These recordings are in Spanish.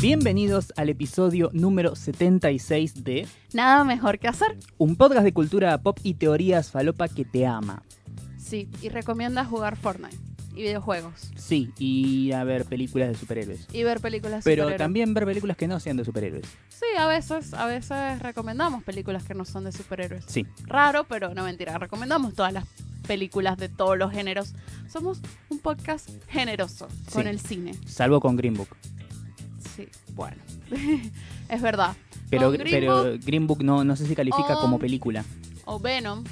Bienvenidos al episodio número 76 de Nada mejor que hacer. un podcast de cultura pop y teorías falopa que te ama. Sí, y recomienda jugar Fortnite y videojuegos Sí, y a ver películas de superhéroes. y ver películas de Pero superhéroes. también ver películas que no sean de superhéroes. Sí, a veces, a veces recomendamos películas que no son de superhéroes. Sí, Raro, pero no mentira, recomendamos todas las películas de todos los géneros. Somos un podcast generoso con Sí. el cine. salvo con Green Book. Sí, Bueno, es verdad. pero Con Green pero Green Book no, no sé si califica Oh. como película. O Venom.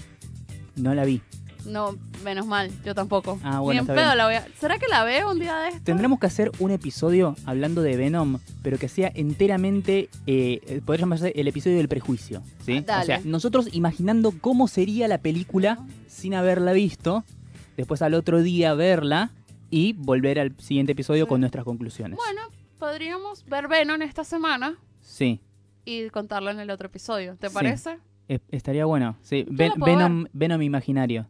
No la vi. No, menos mal, yo tampoco. Ah, bueno, Ni en está pedo bien. la voy a... ¿Será que la veo un día de esto? Tendremos que hacer un episodio hablando de Venom, pero que sea enteramente, eh, eh, podría llamarse el episodio del prejuicio, ¿sí? Ah, dale. O sea, nosotros imaginando cómo sería la película sin haberla visto, después al otro día verla y volver al siguiente episodio con nuestras conclusiones. Bueno, podríamos ver Venom esta semana Sí, y contarlo en el otro episodio. ¿Te Sí. parece? es- estaría bueno. Sí, Ven- la puedo Venom, Venom imaginario.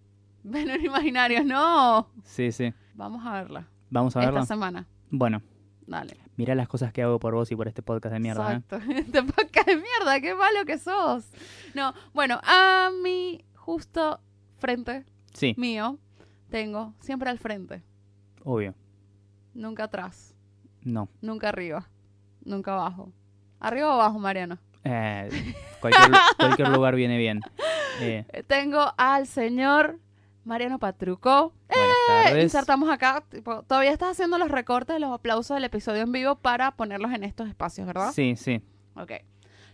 Venom imaginario, no. Sí, sí. Vamos a verla Vamos a verla. esta semana. Bueno, Dale. mirá las cosas que hago por vos y por este podcast de mierda, ¿eh? Exacto. Este podcast de mierda, qué malo que sos. No, bueno, a mi justo frente Sí, mío tengo siempre al frente, obvio. nunca atrás, No. nunca arriba, nunca abajo. Arriba o abajo, Mariano. Eh, cualquier, cualquier lugar viene bien. Eh, Eh, Tengo al señor Mariano Patruco. Buenas Eh, tardes. Insertamos acá, tipo, todavía estás haciendo los recortes de los aplausos del episodio en vivo para ponerlos en estos espacios, ¿verdad? Sí, sí. Ok.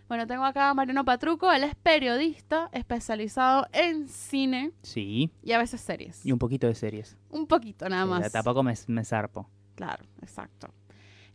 Bueno, tengo acá a Mariano Patruco, él es periodista especializado en cine Sí. y a veces series. Y un poquito de series. Un poquito nada Sí, más. o sea, Tampoco me, me zarpo. Claro, exacto.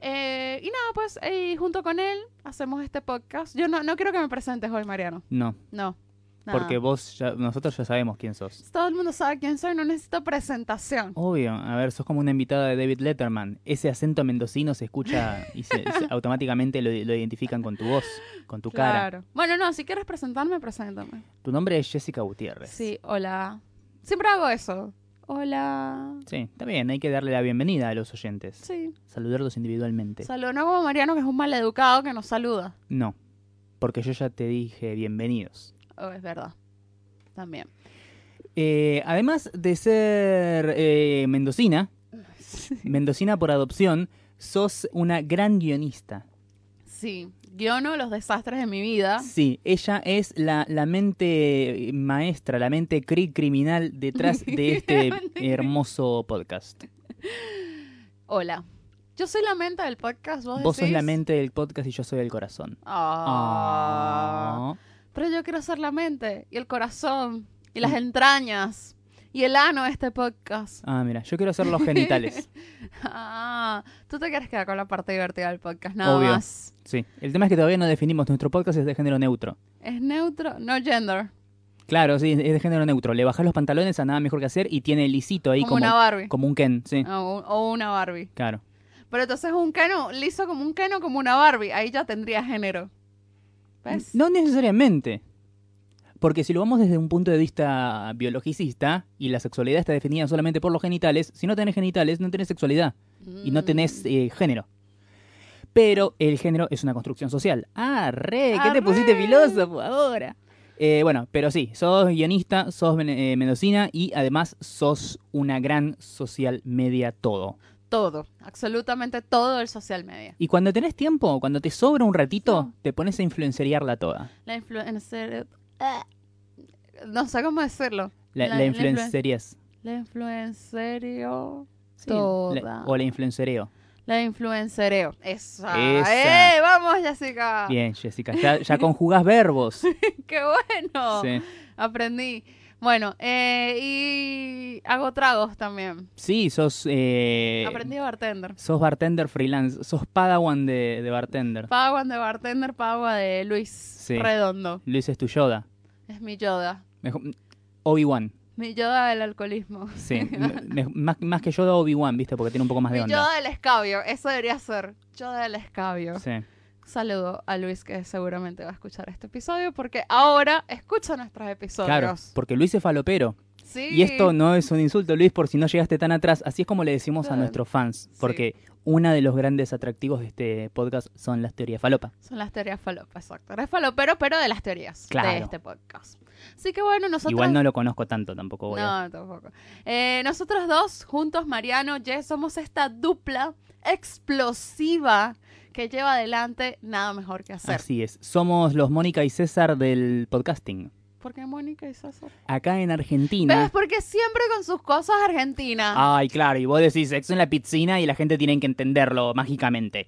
Eh, y nada, pues eh, junto con él hacemos este podcast. Yo no, no quiero que me presentes hoy, Mariano. No. No. nada. Porque vos, ya- nosotros ya sabemos quién sos. Todo el mundo sabe quién soy, no necesito presentación. Obvio. A ver, sos como una invitada de David Letterman. Ese acento mendocino se escucha y se- se- automáticamente lo, lo identifican con tu voz, con tu cara. Claro. Bueno, no, si quieres presentarme, preséntame. Tu nombre es Jessica Gutiérrez. Sí, hola. Siempre hago eso. Hola. Sí, está bien. Hay que darle la bienvenida a los oyentes. Sí. Saludarlos individualmente. Saludo, no como Mariano, que es un maleducado que nos saluda. no. Porque yo ya te dije bienvenidos. Oh, es verdad. También. Eh, además de ser eh, mendocina, mendocina por adopción, sos una gran guionista. Sí. Guiono los desastres de mi vida. Sí, ella es la, la mente maestra, la mente cri criminal detrás de este hermoso podcast. Hola. Yo soy la mente del podcast, vos, Vos sos decís? la mente del podcast y yo soy el corazón. Ah. Ah. Pero yo quiero ser la mente y el corazón y Mm. las entrañas y el ano de este podcast. Ah, mira, yo quiero hacer los genitales. Ah, tú te quieres quedar con la parte divertida del podcast, nada Obvio. más. Sí, el tema es que todavía no definimos, nuestro podcast es de género neutro. Es neutro, no gender. Claro, sí, es de género neutro. Le bajás los pantalones a nada mejor que hacer y tiene lisito ahí Como, como, una Ah. Barbie. como un Ken, sí, O, un- o una Barbie. claro. Pero entonces un cano, liso como un cano, como una Barbie. Ahí ya tendría género. ¿Ves? No necesariamente. Porque si lo vamos desde un punto de vista biologicista y la sexualidad está definida solamente por los genitales, si no tenés genitales no tenés sexualidad y Mm, no tenés eh, género. Pero el género es una construcción social. ¡Ah, re! ¿Qué te Arre. pusiste filósofo ahora? Eh, bueno, pero sí, sos guionista, sos men- eh, mendocina y además sos una gran social media todo. Todo, absolutamente todo el social media. Y cuando tenés tiempo, cuando te sobra un ratito, No. te pones a influenciarla toda. La influencer... Ah. No sé cómo decirlo. La, La- la la influen- influencerías. La influencerio... Sí, la- Toda. o la influencereo. La influencereo. Esa. Esa. ¡Eh! ¡Vamos, Jessica! Bien, Jessica, ya, ya conjugás verbos. ¡Qué bueno! Sí. Aprendí. Bueno, eh, y hago tragos también. Sí, sos, eh, Aprendí bartender. sos bartender freelance, sos padawan de, de bartender. Padawan de bartender, Pagua de Luis Sí. Redondo. Luis es tu Yoda. Es mi Yoda. Mejor- Obi-Wan, Mi Yoda del alcoholismo. sí. Me- me- más, más que Yoda, Obi-Wan, ¿viste? Porque tiene un poco más Mi de onda. Yoda del escabio. Eso debería ser. Yoda del escabio. Sí. Saludo a Luis que seguramente va a escuchar este episodio porque ahora escucha nuestros episodios. Claro, porque Luis es falopero. Sí. Y esto no es un insulto, Luis, por si no llegaste tan atrás. Así es como le decimos a Claro. nuestros fans, Sí. porque uno de los grandes atractivos de este podcast son las teorías falopa. Son las teorías falopa, exacto. Eres falopero, pero de las teorías de Claro. este podcast. Así que bueno, nosotros... Igual no lo conozco tanto tampoco. voy a- No, tampoco. Eh, nosotros dos, juntos, Mariano, Jess, somos esta dupla explosiva que lleva adelante nada mejor que hacer. Así es. Somos los Mónica y César del podcasting. ¿Por qué Mónica y César? Acá en Argentina. ¿Ves? Porque siempre con sus cosas argentinas. Ay, claro, y vos decís sexo en la piscina y la gente tiene que entenderlo mágicamente.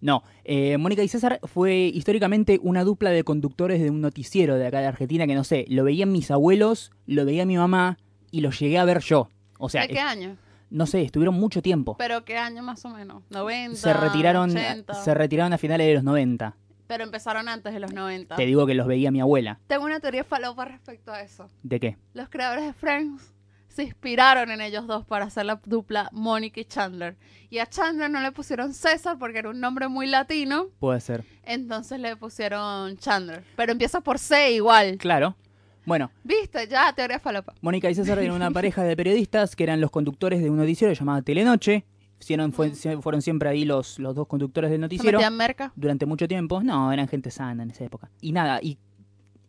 No, eh, Mónica y César fue históricamente una dupla de conductores de un noticiero de acá de Argentina que no sé, lo veían mis abuelos, lo veía mi mamá y lo llegué a ver yo. O sea, ¿De qué es- año? no sé, estuvieron mucho tiempo. ¿Pero qué año más o menos? 90, Se retiraron, 80. se retiraron a finales de los 90. Pero empezaron antes de los 90. Te digo que los veía mi abuela. Tengo una teoría falopa respecto a eso. ¿De qué? Los creadores de Friends se inspiraron en ellos dos para hacer la dupla Mónica y Chandler. Y a Chandler no le pusieron César porque era un nombre muy latino, Puede ser. entonces le pusieron Chandler. Pero empieza por C igual. Claro. Bueno, ¿Viste? Ya, teoría falopa. Mónica y César eran una pareja de periodistas que eran los conductores de un noticiero llamado Telenoche. Fueron, fue- fueron siempre ahí los, los dos conductores del ¿Se noticiero metían merca? durante mucho tiempo. No, eran gente sana en esa época. Y nada, y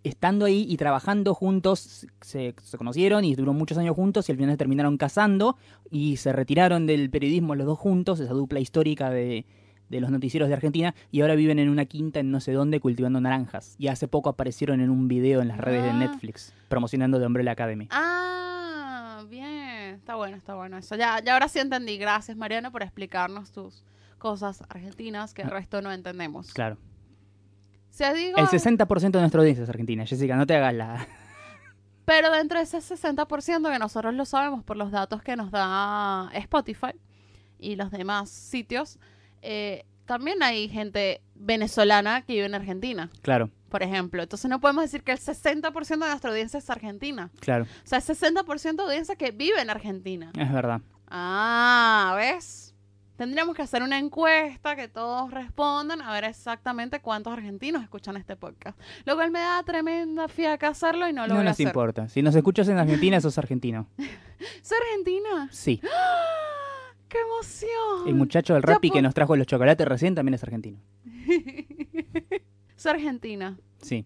estando ahí y trabajando juntos, se, se conocieron y duró muchos años juntos y al final se terminaron casando y se retiraron del periodismo los dos juntos, esa dupla histórica de, de los noticieros de Argentina, y ahora viven en una quinta en no sé dónde cultivando naranjas. Y hace poco aparecieron en un video en las redes de Ah. Netflix promocionando The Umbrella Academy. Ah, bien. Está bueno, está bueno eso. Ya, ya ahora sí entendí. Gracias, Mariano, por explicarnos tus cosas argentinas que el resto no entendemos. Claro. Se digo, El 60% de nuestra audiencia es argentina. Jessica, no te hagas la... Pero dentro de ese 60% que nosotros lo sabemos por los datos que nos da Spotify y los demás sitios, eh, también hay gente venezolana que vive en Argentina, Claro, por ejemplo. Entonces no podemos decir que el 60% de nuestra audiencia es argentina. claro. O sea, el 60% de audiencia que vive en Argentina. Es verdad. Ah, ¿ves? Tendríamos que hacer una encuesta que todos respondan a ver exactamente cuántos argentinos escuchan este podcast. Lo cual me da tremenda fiaca hacerlo y no lo no voy a nos hacer. importa. Si nos escuchas en Argentina, sos argentino. ¿Soy argentina? Sí. ¡Qué emoción! El muchacho del Ya Rappi que po- nos trajo los chocolates recién también es argentino. Soy argentina. Sí.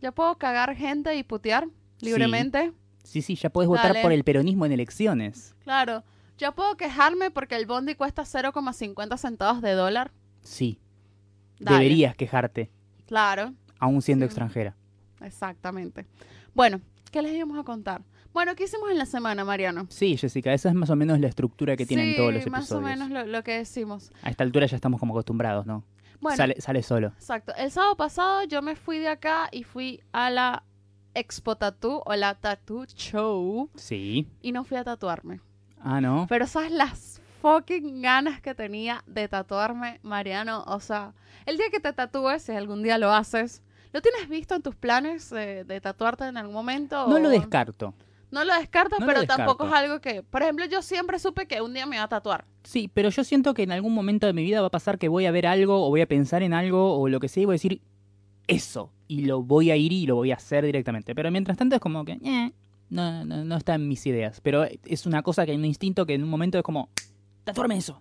¿Ya puedo cagar gente y putear libremente? Sí, sí, ya podés votar Dale. por el peronismo en elecciones. Claro. ¿Ya puedo quejarme porque el bondi cuesta 0,50 centavos de dólar? Sí. Dale. Deberías quejarte, Claro, aún siendo Sí. extranjera. exactamente. Bueno, ¿qué les íbamos a contar? Bueno, ¿qué hicimos en la semana, Mariano? Sí, Jessica, esa es más o menos la estructura que tienen Sí, todos los más o episodios. menos lo, lo que decimos. A esta altura ya estamos como acostumbrados, ¿no? Bueno, Sale, sale solo. exacto. El sábado pasado yo me fui de acá y fui a la Expo Tattoo o la Tattoo Show Sí. y no fui a tatuarme. Ah, no. Pero sabes las fucking ganas que tenía de tatuarme, Mariano. O sea, el día que te tatúes, si algún día lo haces, ¿lo tienes visto en tus planes eh, de tatuarte en algún momento? No o- lo descarto. No lo descartas, No lo pero tampoco es descarto. algo que. Por ejemplo, yo siempre supe que un día me iba a tatuar. Sí, pero yo siento que en algún momento de mi vida va a pasar que voy a ver algo o voy a pensar en algo o lo que sea y voy a decir eso y lo voy a ir y lo voy a hacer directamente. Pero mientras tanto es como que "Eh, no, no, no está en mis ideas. Pero es una cosa que hay un instinto que en un momento es como tatuarme eso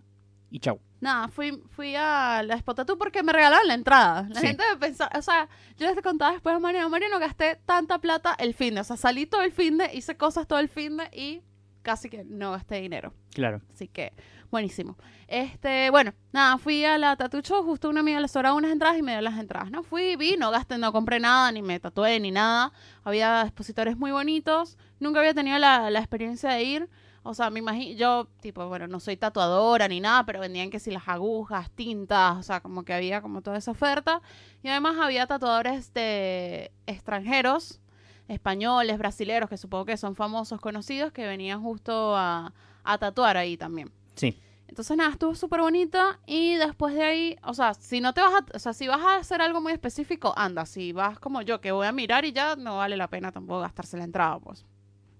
y chau. Nada, fui, fui a la Expo Tattoo porque me regalaron la entrada. La Sí. gente me pensaba, o sea, yo les contaba después a Mariano, Mariano, gasté tanta plata el fin de, o sea, salí todo el fin de, hice cosas todo el fin de y casi que no gasté dinero. Claro. Así que, buenísimo. Este, bueno, nada, fui a la Tattoo Show, justo una amiga le sobraba unas entradas y me dio las entradas. No fui, vi, no gasté, no compré nada, ni me tatué, ni nada. Había expositores muy bonitos. Nunca había tenido la, la experiencia de ir. O sea, me imagino, yo, tipo, bueno, no soy tatuadora ni nada, pero vendían que si las agujas, tintas, o sea, como que había como toda esa oferta. Y además había tatuadores de extranjeros, españoles, brasileros, que supongo que son famosos, conocidos, que venían justo a, a tatuar ahí también. Sí. Entonces nada, estuvo súper bonita y después de ahí, o sea, si no te vas a, o sea, si vas a hacer algo muy específico, anda, si vas como yo, que voy a mirar y ya no vale la pena tampoco gastarse la entrada, pues.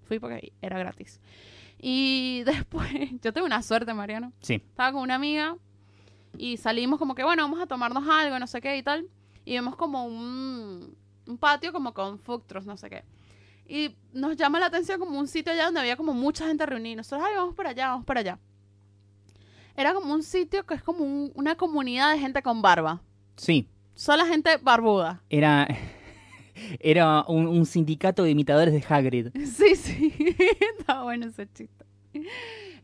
Fui porque era gratis. Y después, yo tengo una suerte, Mariano. Sí. Estaba con una amiga y salimos como que, bueno, vamos a tomarnos algo, no sé qué y tal. Y vemos como un, un patio como con food trucks, no sé qué. Y nos llama la atención como un sitio allá donde había como mucha gente reunida. Y Nosotros, ay, vamos para allá, vamos para allá. Era como un sitio que es como un- una comunidad de gente con barba. Sí, Solo gente barbuda. era, era un, un sindicato de imitadores de Hagrid. Sí, sí. Está bueno ese chiste.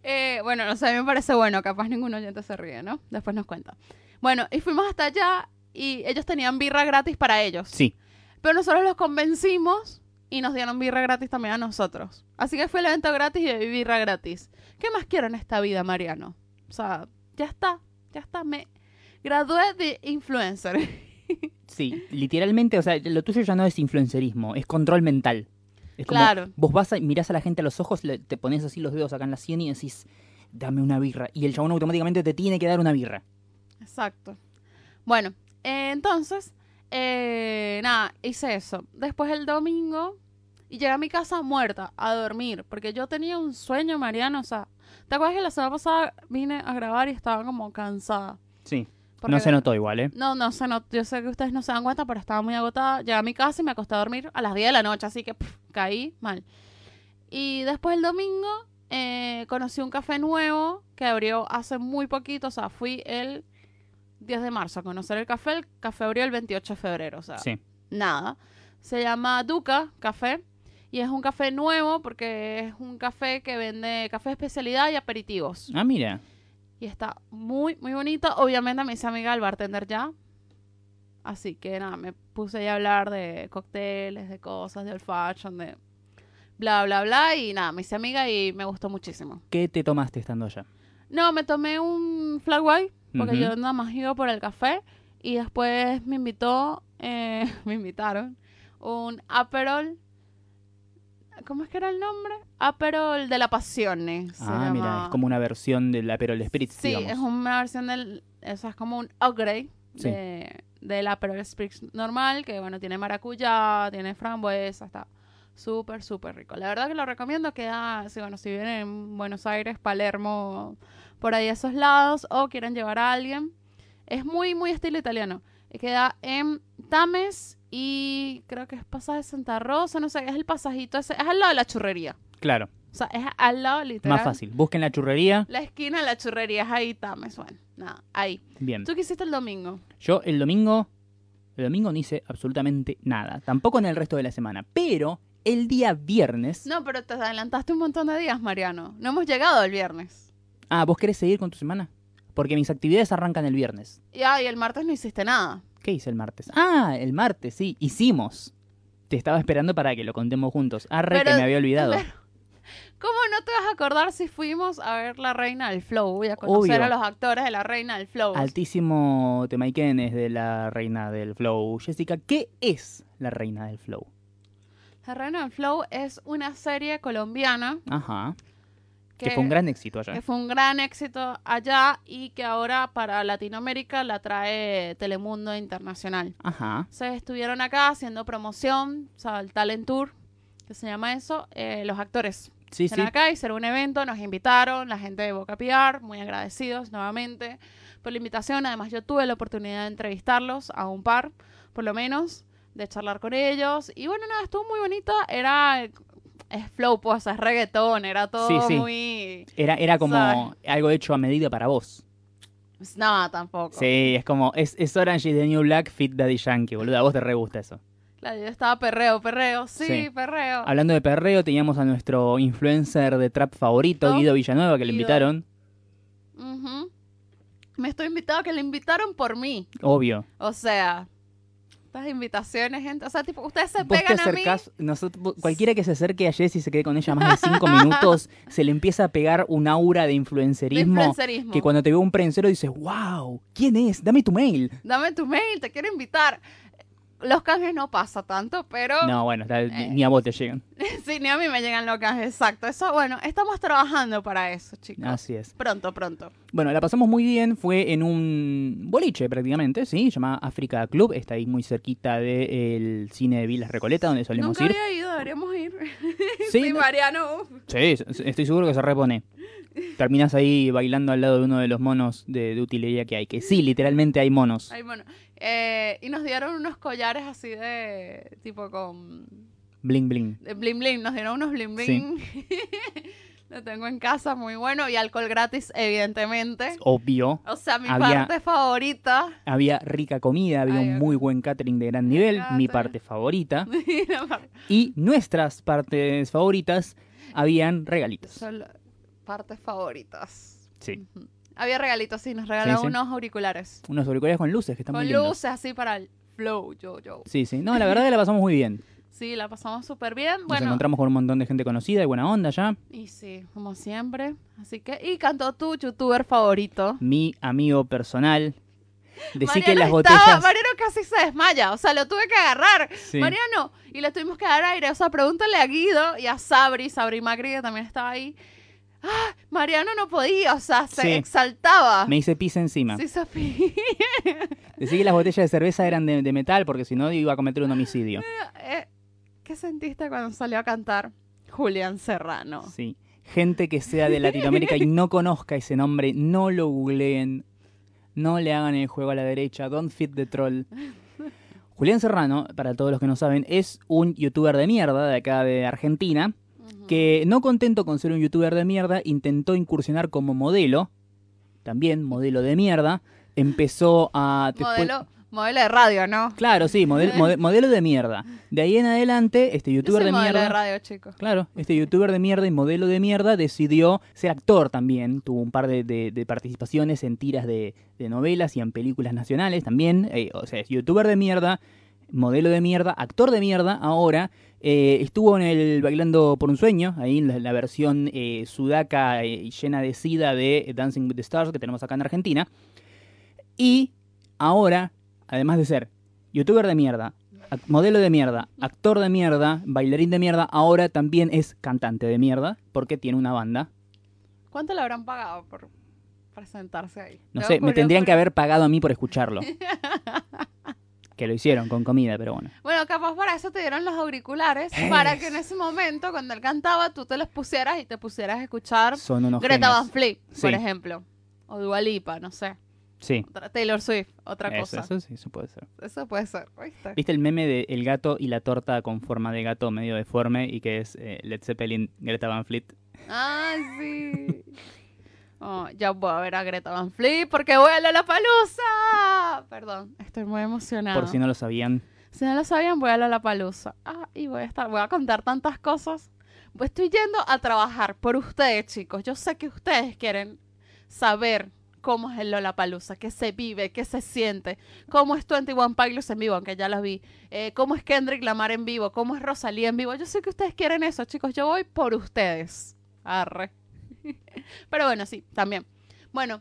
Eh, bueno, no sé, a mí me parece bueno. Capaz ningún oyente se ríe, ¿no? Después nos cuenta. Bueno, y fuimos hasta allá y ellos tenían birra gratis para ellos. Sí, Pero nosotros los convencimos y nos dieron birra gratis también a nosotros. Así que fue el evento gratis y bebí birra gratis. ¿Qué más quiero en esta vida, Mariano? O sea, ya está, ya está. Me gradué de influencer. sí, literalmente, o sea, lo tuyo ya no es influencerismo, es control mental. Es como, Claro. vos vas, a, mirás a la gente a los ojos, le- te pones así los dedos acá en la sien y decís, dame una birra. Y el chabón automáticamente te tiene que dar una birra. Exacto. Bueno, eh, entonces, eh, nada, hice eso. Después el domingo y llegué a mi casa muerta a dormir porque yo tenía un sueño, Mariano. O sea, ¿te acuerdas que la semana pasada vine a grabar y estaba como cansada? Sí, no Porque- se notó igual, ¿eh? No, no sé, no, yo sé que ustedes no se dan cuenta, pero estaba muy agotada. Llegué a mi casa y me acosté a dormir a las 10 de la noche, así que pf, caí mal. Y después el domingo eh, conocí un café nuevo que abrió hace muy poquito, o sea, fui el 10 de marzo a conocer el café. El café abrió el 28 de febrero, o sea, Sí. nada. Se llama Duca Café y es un café nuevo porque es un café que vende café de especialidad y aperitivos. Ah, mira. Y está muy, muy bonito. Obviamente me hice amiga del bartender ya. Así que nada, me puse ahí a hablar de cócteles, de cosas, de old fashion, de bla, bla, bla. Y nada, me hice amiga y me gustó muchísimo. ¿Qué te tomaste estando allá? No, me tomé un flat white porque Ujú. Ah, yo nada más iba por el café. Y después me invitó, eh, me invitaron, un Aperol. ¿Cómo es que era el nombre? Aperol de la Pasión. ah, mira, es como una versión de la Perol Spritz, Sí, digamos. es una versión del. O sea, es como un upgrade Sí. de, de la Aperol Spritz normal, que bueno, tiene maracuyá, tiene frambuesa, está súper, súper rico. La verdad que lo recomiendo, queda, si bueno, si vienen en Buenos Aires, Palermo, por ahí a esos lados, o quieren llevar a alguien. Es muy, muy estilo italiano. Queda en Tames y creo que es pasaje Santa Rosa, no sé, es el pasajito ese, es al lado de la churrería. Claro, O sea, es al lado literal. más fácil. Busquen la churrería. La esquina de la churrería es ahí, Tames, bueno, nada, ahí. Bien. ¿Tú qué hiciste el domingo? Yo el domingo, el domingo no hice absolutamente nada, tampoco en el resto de la semana, pero el día viernes... No, pero te adelantaste un montón de días, Mariano. No hemos llegado el viernes. Ah, ¿vos querés seguir con tu semana? Porque mis actividades arrancan el viernes. Y, ah, y el martes no hiciste nada. ¿Qué hice el martes? Ah, el martes, sí, hicimos. Te estaba esperando para que lo contemos juntos. Arre, Pero- que me había olvidado. ¿Cómo no te vas a acordar si fuimos a ver La Reina del Flow y a conocer Obvio. a los actores de La Reina del Flow? Altísimo Temaiken es de la reina del flow. Jessica, ¿qué es la reina del flow? La Reina del Flow es una serie colombiana Ajá. que, Que fue un gran éxito que allá. fue un gran éxito allá y que ahora para Latinoamérica la trae Telemundo Internacional. Ajá. se estuvieron acá haciendo promoción, o sea, el Talent Tour, que se llama eso, eh, los actores. Sí, sí. Estuvieron acá, hicieron un evento, nos invitaron, la gente de Boca PR, muy agradecidos nuevamente por la invitación. Además, yo tuve la oportunidad de entrevistarlos a un par, por lo menos, de charlar con ellos. Y bueno, nada, estuvo muy bonito. Era, eh, es flow, pues, es reggaetón, era todo Sí, sí. muy... Era, era como Sabe. algo hecho a medida para vos. No, tampoco. Sí, es como, es, es Orange is the New Black Fit Daddy Yankee, boludo. A vos te re gusta eso. Claro, yo estaba perreo, perreo, sí, Sí. perreo. Hablando de perreo, teníamos a nuestro influencer de trap favorito, ¿No? Guido Villanueva, que le Guido. invitaron. Ujú. Me estoy invitado, que le invitaron por mí. Obvio. O sea, estas invitaciones, gente. O sea, tipo, ustedes se Vos te pegan a mí. acercás, nosotros, vos- cualquiera que se acerque a Jess y se quede con ella más de cinco minutos, se le empieza a pegar un aura de De influencerismo. influencerismo. Que cuando te ve un prensero dices, wow, ¿quién es? Dame tu mail. Dame tu mail, te quiero invitar. Los canjes no pasa tanto, pero No, bueno, está- Eh. ni- ni a vos te llegan. sí, ni a mí me llegan los canjes. Exacto. Eso, bueno, estamos trabajando para eso, chicos. Así es. Pronto, pronto. Bueno, la pasamos muy bien, fue en un boliche prácticamente, ¿sí? Llamada África Club, está ahí muy cerquita del cine de Vilas Recoleta, donde solemos Nunca ir. había ido, deberíamos ir. Sí, Sí, no- Mariano. uf. Sí, s- s- estoy seguro que se repone. Terminás ahí bailando al lado de uno de los monos de, de utilería que hay, que sí, literalmente hay monos. Ay, bueno. Eh, y nos dieron unos collares así de. tipo con. Bling, bling. De bling bling, nos dieron unos bling Sí. bling. Lo tengo en casa, muy bueno. Y alcohol gratis, evidentemente. Obvio. O sea, mi Había- parte favorita. Había rica comida, había Ay, un muy buen catering de gran nivel, mi catering. parte favorita. La par- Y nuestras partes favoritas habían regalitos. Son las partes favoritas. Sí. Ujú. Había regalitos, sí, nos regalaron Sí, sí. unos auriculares. Unos auriculares con luces que están con muy lindos. luces así para el flow, yo, yo. Sí, sí. No, la verdad que la pasamos muy bien. Sí, la pasamos súper bien. Nos Bueno, encontramos con un montón de gente conocida y buena onda ya. y sí, como siempre. Así que, y cantó tu youtuber favorito. Mi amigo personal. Decí Mariano que las estaba- botellas. Mariano casi se desmaya, o sea, lo tuve que agarrar. Sí. Mariano, y le tuvimos que dar aire. O sea, pregúntale a Guido y a Sabri, Sabri Macri, que también estaba ahí. ¡Ah! Mariano no podía, o sea, se Sí. exaltaba. Me hice pis encima. Sí, Sofía. Decí que las botellas de cerveza eran de, de metal porque si no iba a cometer un homicidio. Eh, ¿Qué sentiste cuando salió a cantar Julián Serrano? Sí. Gente que sea de Latinoamérica y no conozca ese nombre, no lo googleen. No le hagan el juego a la derecha. Don't fit the troll. Julián Serrano, para todos los que no saben, es un youtuber de mierda de acá de Argentina. que Mm. no contento con ser un youtuber de mierda, intentó incursionar como modelo, también modelo de mierda, empezó a... Ujú. después- modelo, modelo de radio, ¿no? Claro, sí, model- mode- modelo de mierda. De ahí en adelante, este Yo youtuber soy de modelo mierda... de radio, chicos. Claro, este youtuber de mierda y modelo de mierda decidió ser actor también. Tuvo un par de, de- de participaciones en tiras de, de novelas y en películas nacionales también. Eh, o sea, es youtuber de mierda, modelo de mierda, actor de mierda ahora. Eh, estuvo en el Bailando por un Sueño, ahí en la, la versión eh, sudaca eh, y llena de sida de Dancing with the Stars que tenemos acá en Argentina. Y ahora, además de ser youtuber de mierda, ac- modelo de mierda, actor de mierda, bailarín de mierda, ahora también es cantante de mierda porque tiene una banda. ¿Cuánto le habrán pagado por presentarse ahí? No Yo sé, me curioso- tendrían que haber pagado a mí por escucharlo. Que lo hicieron con comida, pero bueno. Bueno, capaz para eso te dieron los auriculares, Es. para que en ese momento, cuando él cantaba, tú te los pusieras y te pusieras a escuchar Son unos Greta Van genios. Fleet, por Sí. ejemplo. O Dua Lipa, no sé. Sí, Otra- Taylor Swift, otra eso, cosa. eso sí, eso puede ser. Eso puede ser, ¿viste? ¿Viste el meme de el gato y la torta con forma de gato medio deforme y que es eh, Led Zeppelin, Greta Van Fleet? Ay, sí. Oh, ya voy a ver a Greta Van Fleet porque vuela la palusa. Perdón, estoy muy emocionada. Por si no lo sabían. Si no lo sabían, voy a la palusa. Ah, y voy a estar, voy a contar tantas cosas. Pues Estoy yendo a trabajar por ustedes, chicos. Yo sé que ustedes quieren saber cómo es el Lollapalooza, qué se vive, qué se siente, cómo es 21 Pilots en vivo, aunque ya las vi, eh, cómo es Kendrick Lamar en vivo, cómo es Rosalía en vivo. Yo sé que ustedes quieren eso, chicos. Yo voy por ustedes. Arre. Pero bueno, sí, también. Bueno,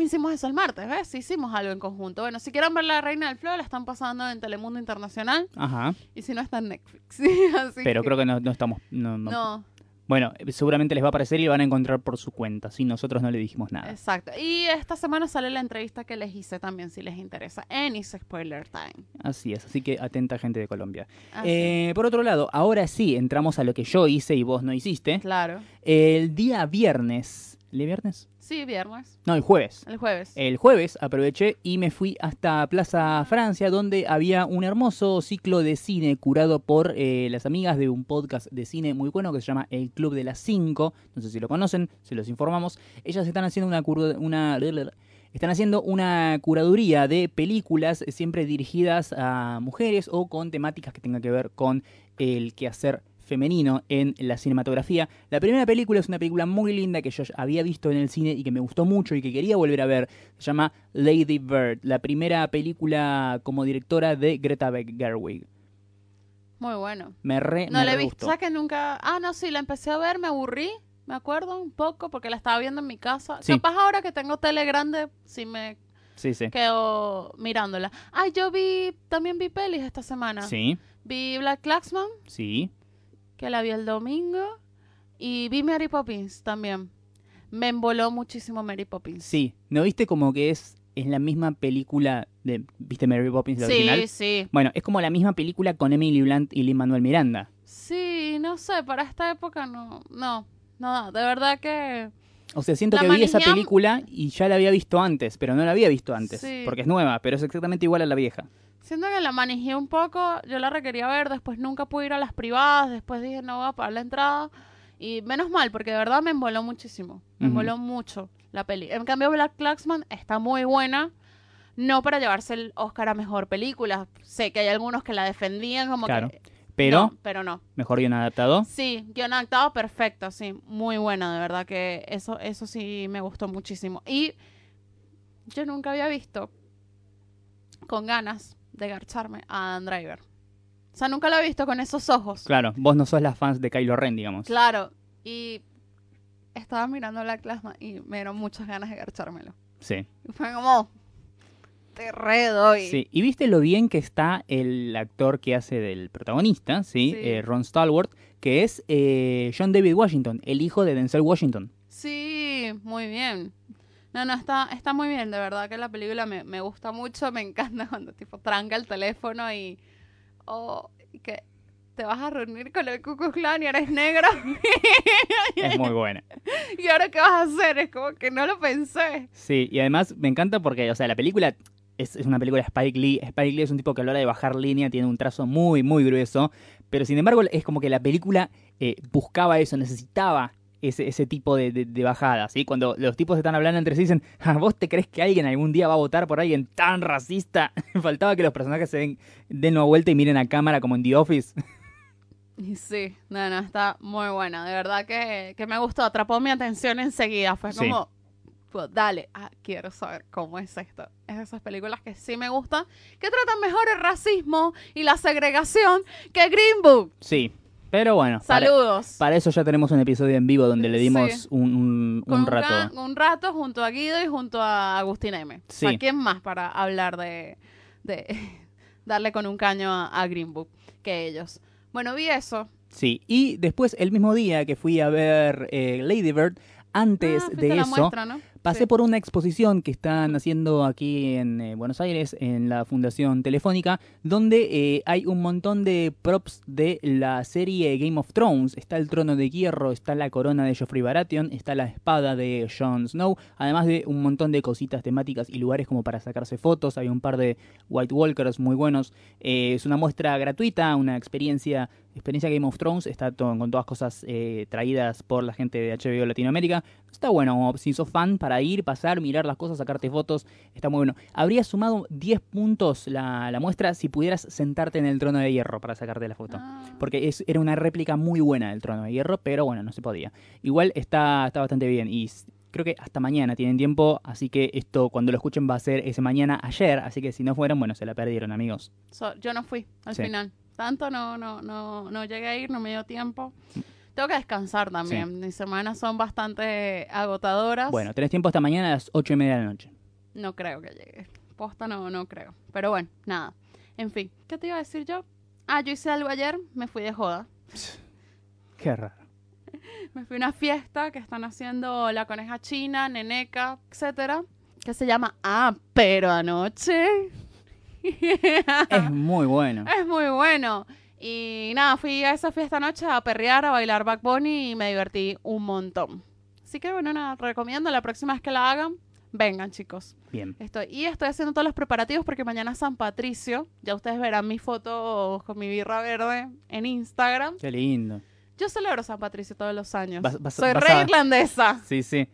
Hicimos eso el martes, ¿ves? Hicimos algo en conjunto. Bueno, si quieren ver La Reina del Flow, la están pasando en Telemundo Internacional. Ajá. Y si no, está en Netflix. Así Pero que- creo que no, no estamos. No, no- No, Bueno, eh, seguramente les va a aparecer y lo van a encontrar por su cuenta. Si nosotros no le dijimos nada. exacto. Y esta semana sale la entrevista que les hice también, si les interesa. En Is Spoiler Time. Así es, así que atenta gente de Colombia. Así, Eh, por otro lado, ahora sí entramos a lo que yo hice y vos no hiciste. Claro. El día viernes, ¿el viernes? Sí, viernes. No, el jueves. El jueves. El jueves aproveché y me fui hasta Plaza Francia, donde había un hermoso ciclo de cine curado por eh, las amigas de un podcast de cine muy bueno que se llama El Club de las 5. No sé si lo conocen, se los informamos. Ellas están haciendo una, cur- una están haciendo una curaduría de películas siempre dirigidas a mujeres o con temáticas que tengan que ver con el quehacer femenino en la cinematografía. La primera película es una película muy linda que yo ya había visto en el cine y que me gustó mucho y que quería volver a ver. Se llama Lady Bird, la primera película como directora de Greta Be- Gerwig. Muy bueno. Me re, No me la he re visto. gustó. O sea que nunca. Ah, no, sí, la empecé a ver, me aburrí. Me acuerdo un poco porque la estaba viendo en mi casa. Sí. Capaz ahora que tengo tele grande, si me Sí, sí. quedo mirándola. Ay, yo vi, también vi pelis esta semana. Sí, Vi Black Klaxman, sí. que la vi el domingo, y vi Mary Poppins también. Me emboló muchísimo Mary Poppins. Sí. ¿No viste como que es, es la misma película de... ¿Viste Mary Poppins la original? sí, sí. Bueno, es como la misma película con Emily Blunt y Lin Manuel Miranda. Sí, no sé, para esta época no, no, no, da, de verdad que O sea, siento La que vi esa manijean- película y ya la había visto antes, pero no la había visto antes, Sí. porque es nueva, pero es exactamente igual a la vieja. Siento que la manejé un poco, yo la requería ver, después nunca pude ir a las privadas, después dije no voy a pagar la entrada. Y menos mal, porque de verdad me envoló muchísimo. Me Ujú. envoló mucho la peli. En cambio, Black Claxman está muy buena. No para llevarse el Oscar a mejor película. Sé que hay algunos que la defendían como Claro. que. Pero, No, pero no. mejor bien adaptado. Sí, guion adaptado perfecto, sí, muy buena, de verdad que eso, eso sí me gustó muchísimo. Y yo nunca había visto con ganas de garcharme a Dan Driver. O sea, nunca lo he visto con esos ojos. Claro. Claro, vos no sos las fans de Kylo Ren, digamos. y estaba mirando la clase y me dieron muchas ganas de garchármelo. Sí. Y fue como, te redoy. Sí, y viste lo bien que está el actor que hace del protagonista, ¿sí? Sí. Eh, Ron Stallworth, que es eh, John David Washington, el hijo de Denzel Washington. Sí, muy bien. No, no, está, está muy bien, de verdad que la película me, me gusta mucho, me encanta cuando tipo tranca el teléfono y oh, y que te vas a reunir con el Ku Klux Klan y eres negro Es muy buena. y ahora qué vas a hacer, es como que no lo pensé. Sí, y además me encanta porque, o sea, la película es, es una película de Spike Lee. Spike Lee es un tipo que a la hora de bajar línea tiene un trazo muy, muy grueso. Pero sin embargo, es como que la película eh, buscaba eso, necesitaba ese, ese tipo de, de, de bajada, ¿sí? Cuando los tipos están hablando entre sí dicen, "Ah, ¿vos te crees que alguien algún día va a votar por alguien tan racista? Faltaba que los personajes se den, den una vuelta y miren a cámara como en The Office. Y sí, no, no, está muy buena, de verdad que, que me gustó, atrapó mi atención enseguida, fue Sí. como, pues, dale, ah, quiero saber cómo es esto. Es de esas películas que sí me gustan, que tratan mejor el racismo y la segregación que Green Book. Sí, pero bueno. para- Saludos. Para eso ya tenemos un episodio en vivo donde le dimos Sí. un, un- Con un rato. ca- un rato junto a Guido y junto a Agustín M. Sí. ¿A quién más para hablar de, de darle con un caño a, a Green Book que ellos? Bueno, vi eso. Sí, y después el mismo día que fui a ver eh, Lady Bird, antes Ah, fuiste a de la eso, muestra, ¿no? pasé Sí. por una exposición que están haciendo aquí en eh, Buenos Aires, en la Fundación Telefónica, donde eh, hay un montón de props de la serie Game of Thrones. Está el trono de hierro, está la corona de Joffrey Baratheon, está la espada de Jon Snow, además de un montón de cositas temáticas y lugares como para sacarse fotos. Hay un par de White Walkers muy buenos. Eh, es una muestra gratuita, una experiencia experiencia Game of Thrones, está to- con todas cosas eh, traídas por la gente de HBO Latinoamérica. Está bueno, como si sos fan, para ir, pasar, mirar las cosas, sacarte fotos, está muy bueno. Habría sumado 10 puntos la, la muestra si pudieras sentarte en el trono de hierro para sacarte la foto. Ah. Porque es, era una réplica muy buena del trono de hierro, pero bueno, no se podía. Igual está, está bastante bien y s- creo que hasta mañana tienen tiempo, así que esto cuando lo escuchen va a ser ese mañana ayer, así que si no fueron, bueno, se la perdieron amigos. So, yo no fui al Sí. final. Tanto no, no, no, no llegué a ir, no me dio tiempo. Tengo que descansar también. Mis semanas son bastante agotadoras. Bueno, tenés tiempo hasta mañana a las 8 y media de la noche. No creo que llegue. Posta no, no creo. Pero bueno, nada. En fin, ¿qué te iba a decir yo? Ah, yo hice algo ayer, me fui de joda. Qué raro. Me fui a una fiesta que están haciendo la coneja china, neneca, etcétera, que se llama Ah, pero anoche. Ah. Es muy bueno. Es muy bueno. Y nada, fui a esa fiesta anoche a perrear, a bailar Back Bunny y me divertí un montón. Así que bueno, nada, recomiendo la próxima vez que la hagan, vengan chicos. Bien. Estoy, y estoy haciendo todos los preparativos porque mañana es San Patricio. Ya ustedes verán mis fotos con mi birra verde en Instagram. Qué lindo. Yo celebro San Patricio todos los años. Vas- vas- Soy vas re a- irlandesa. Sí, sí.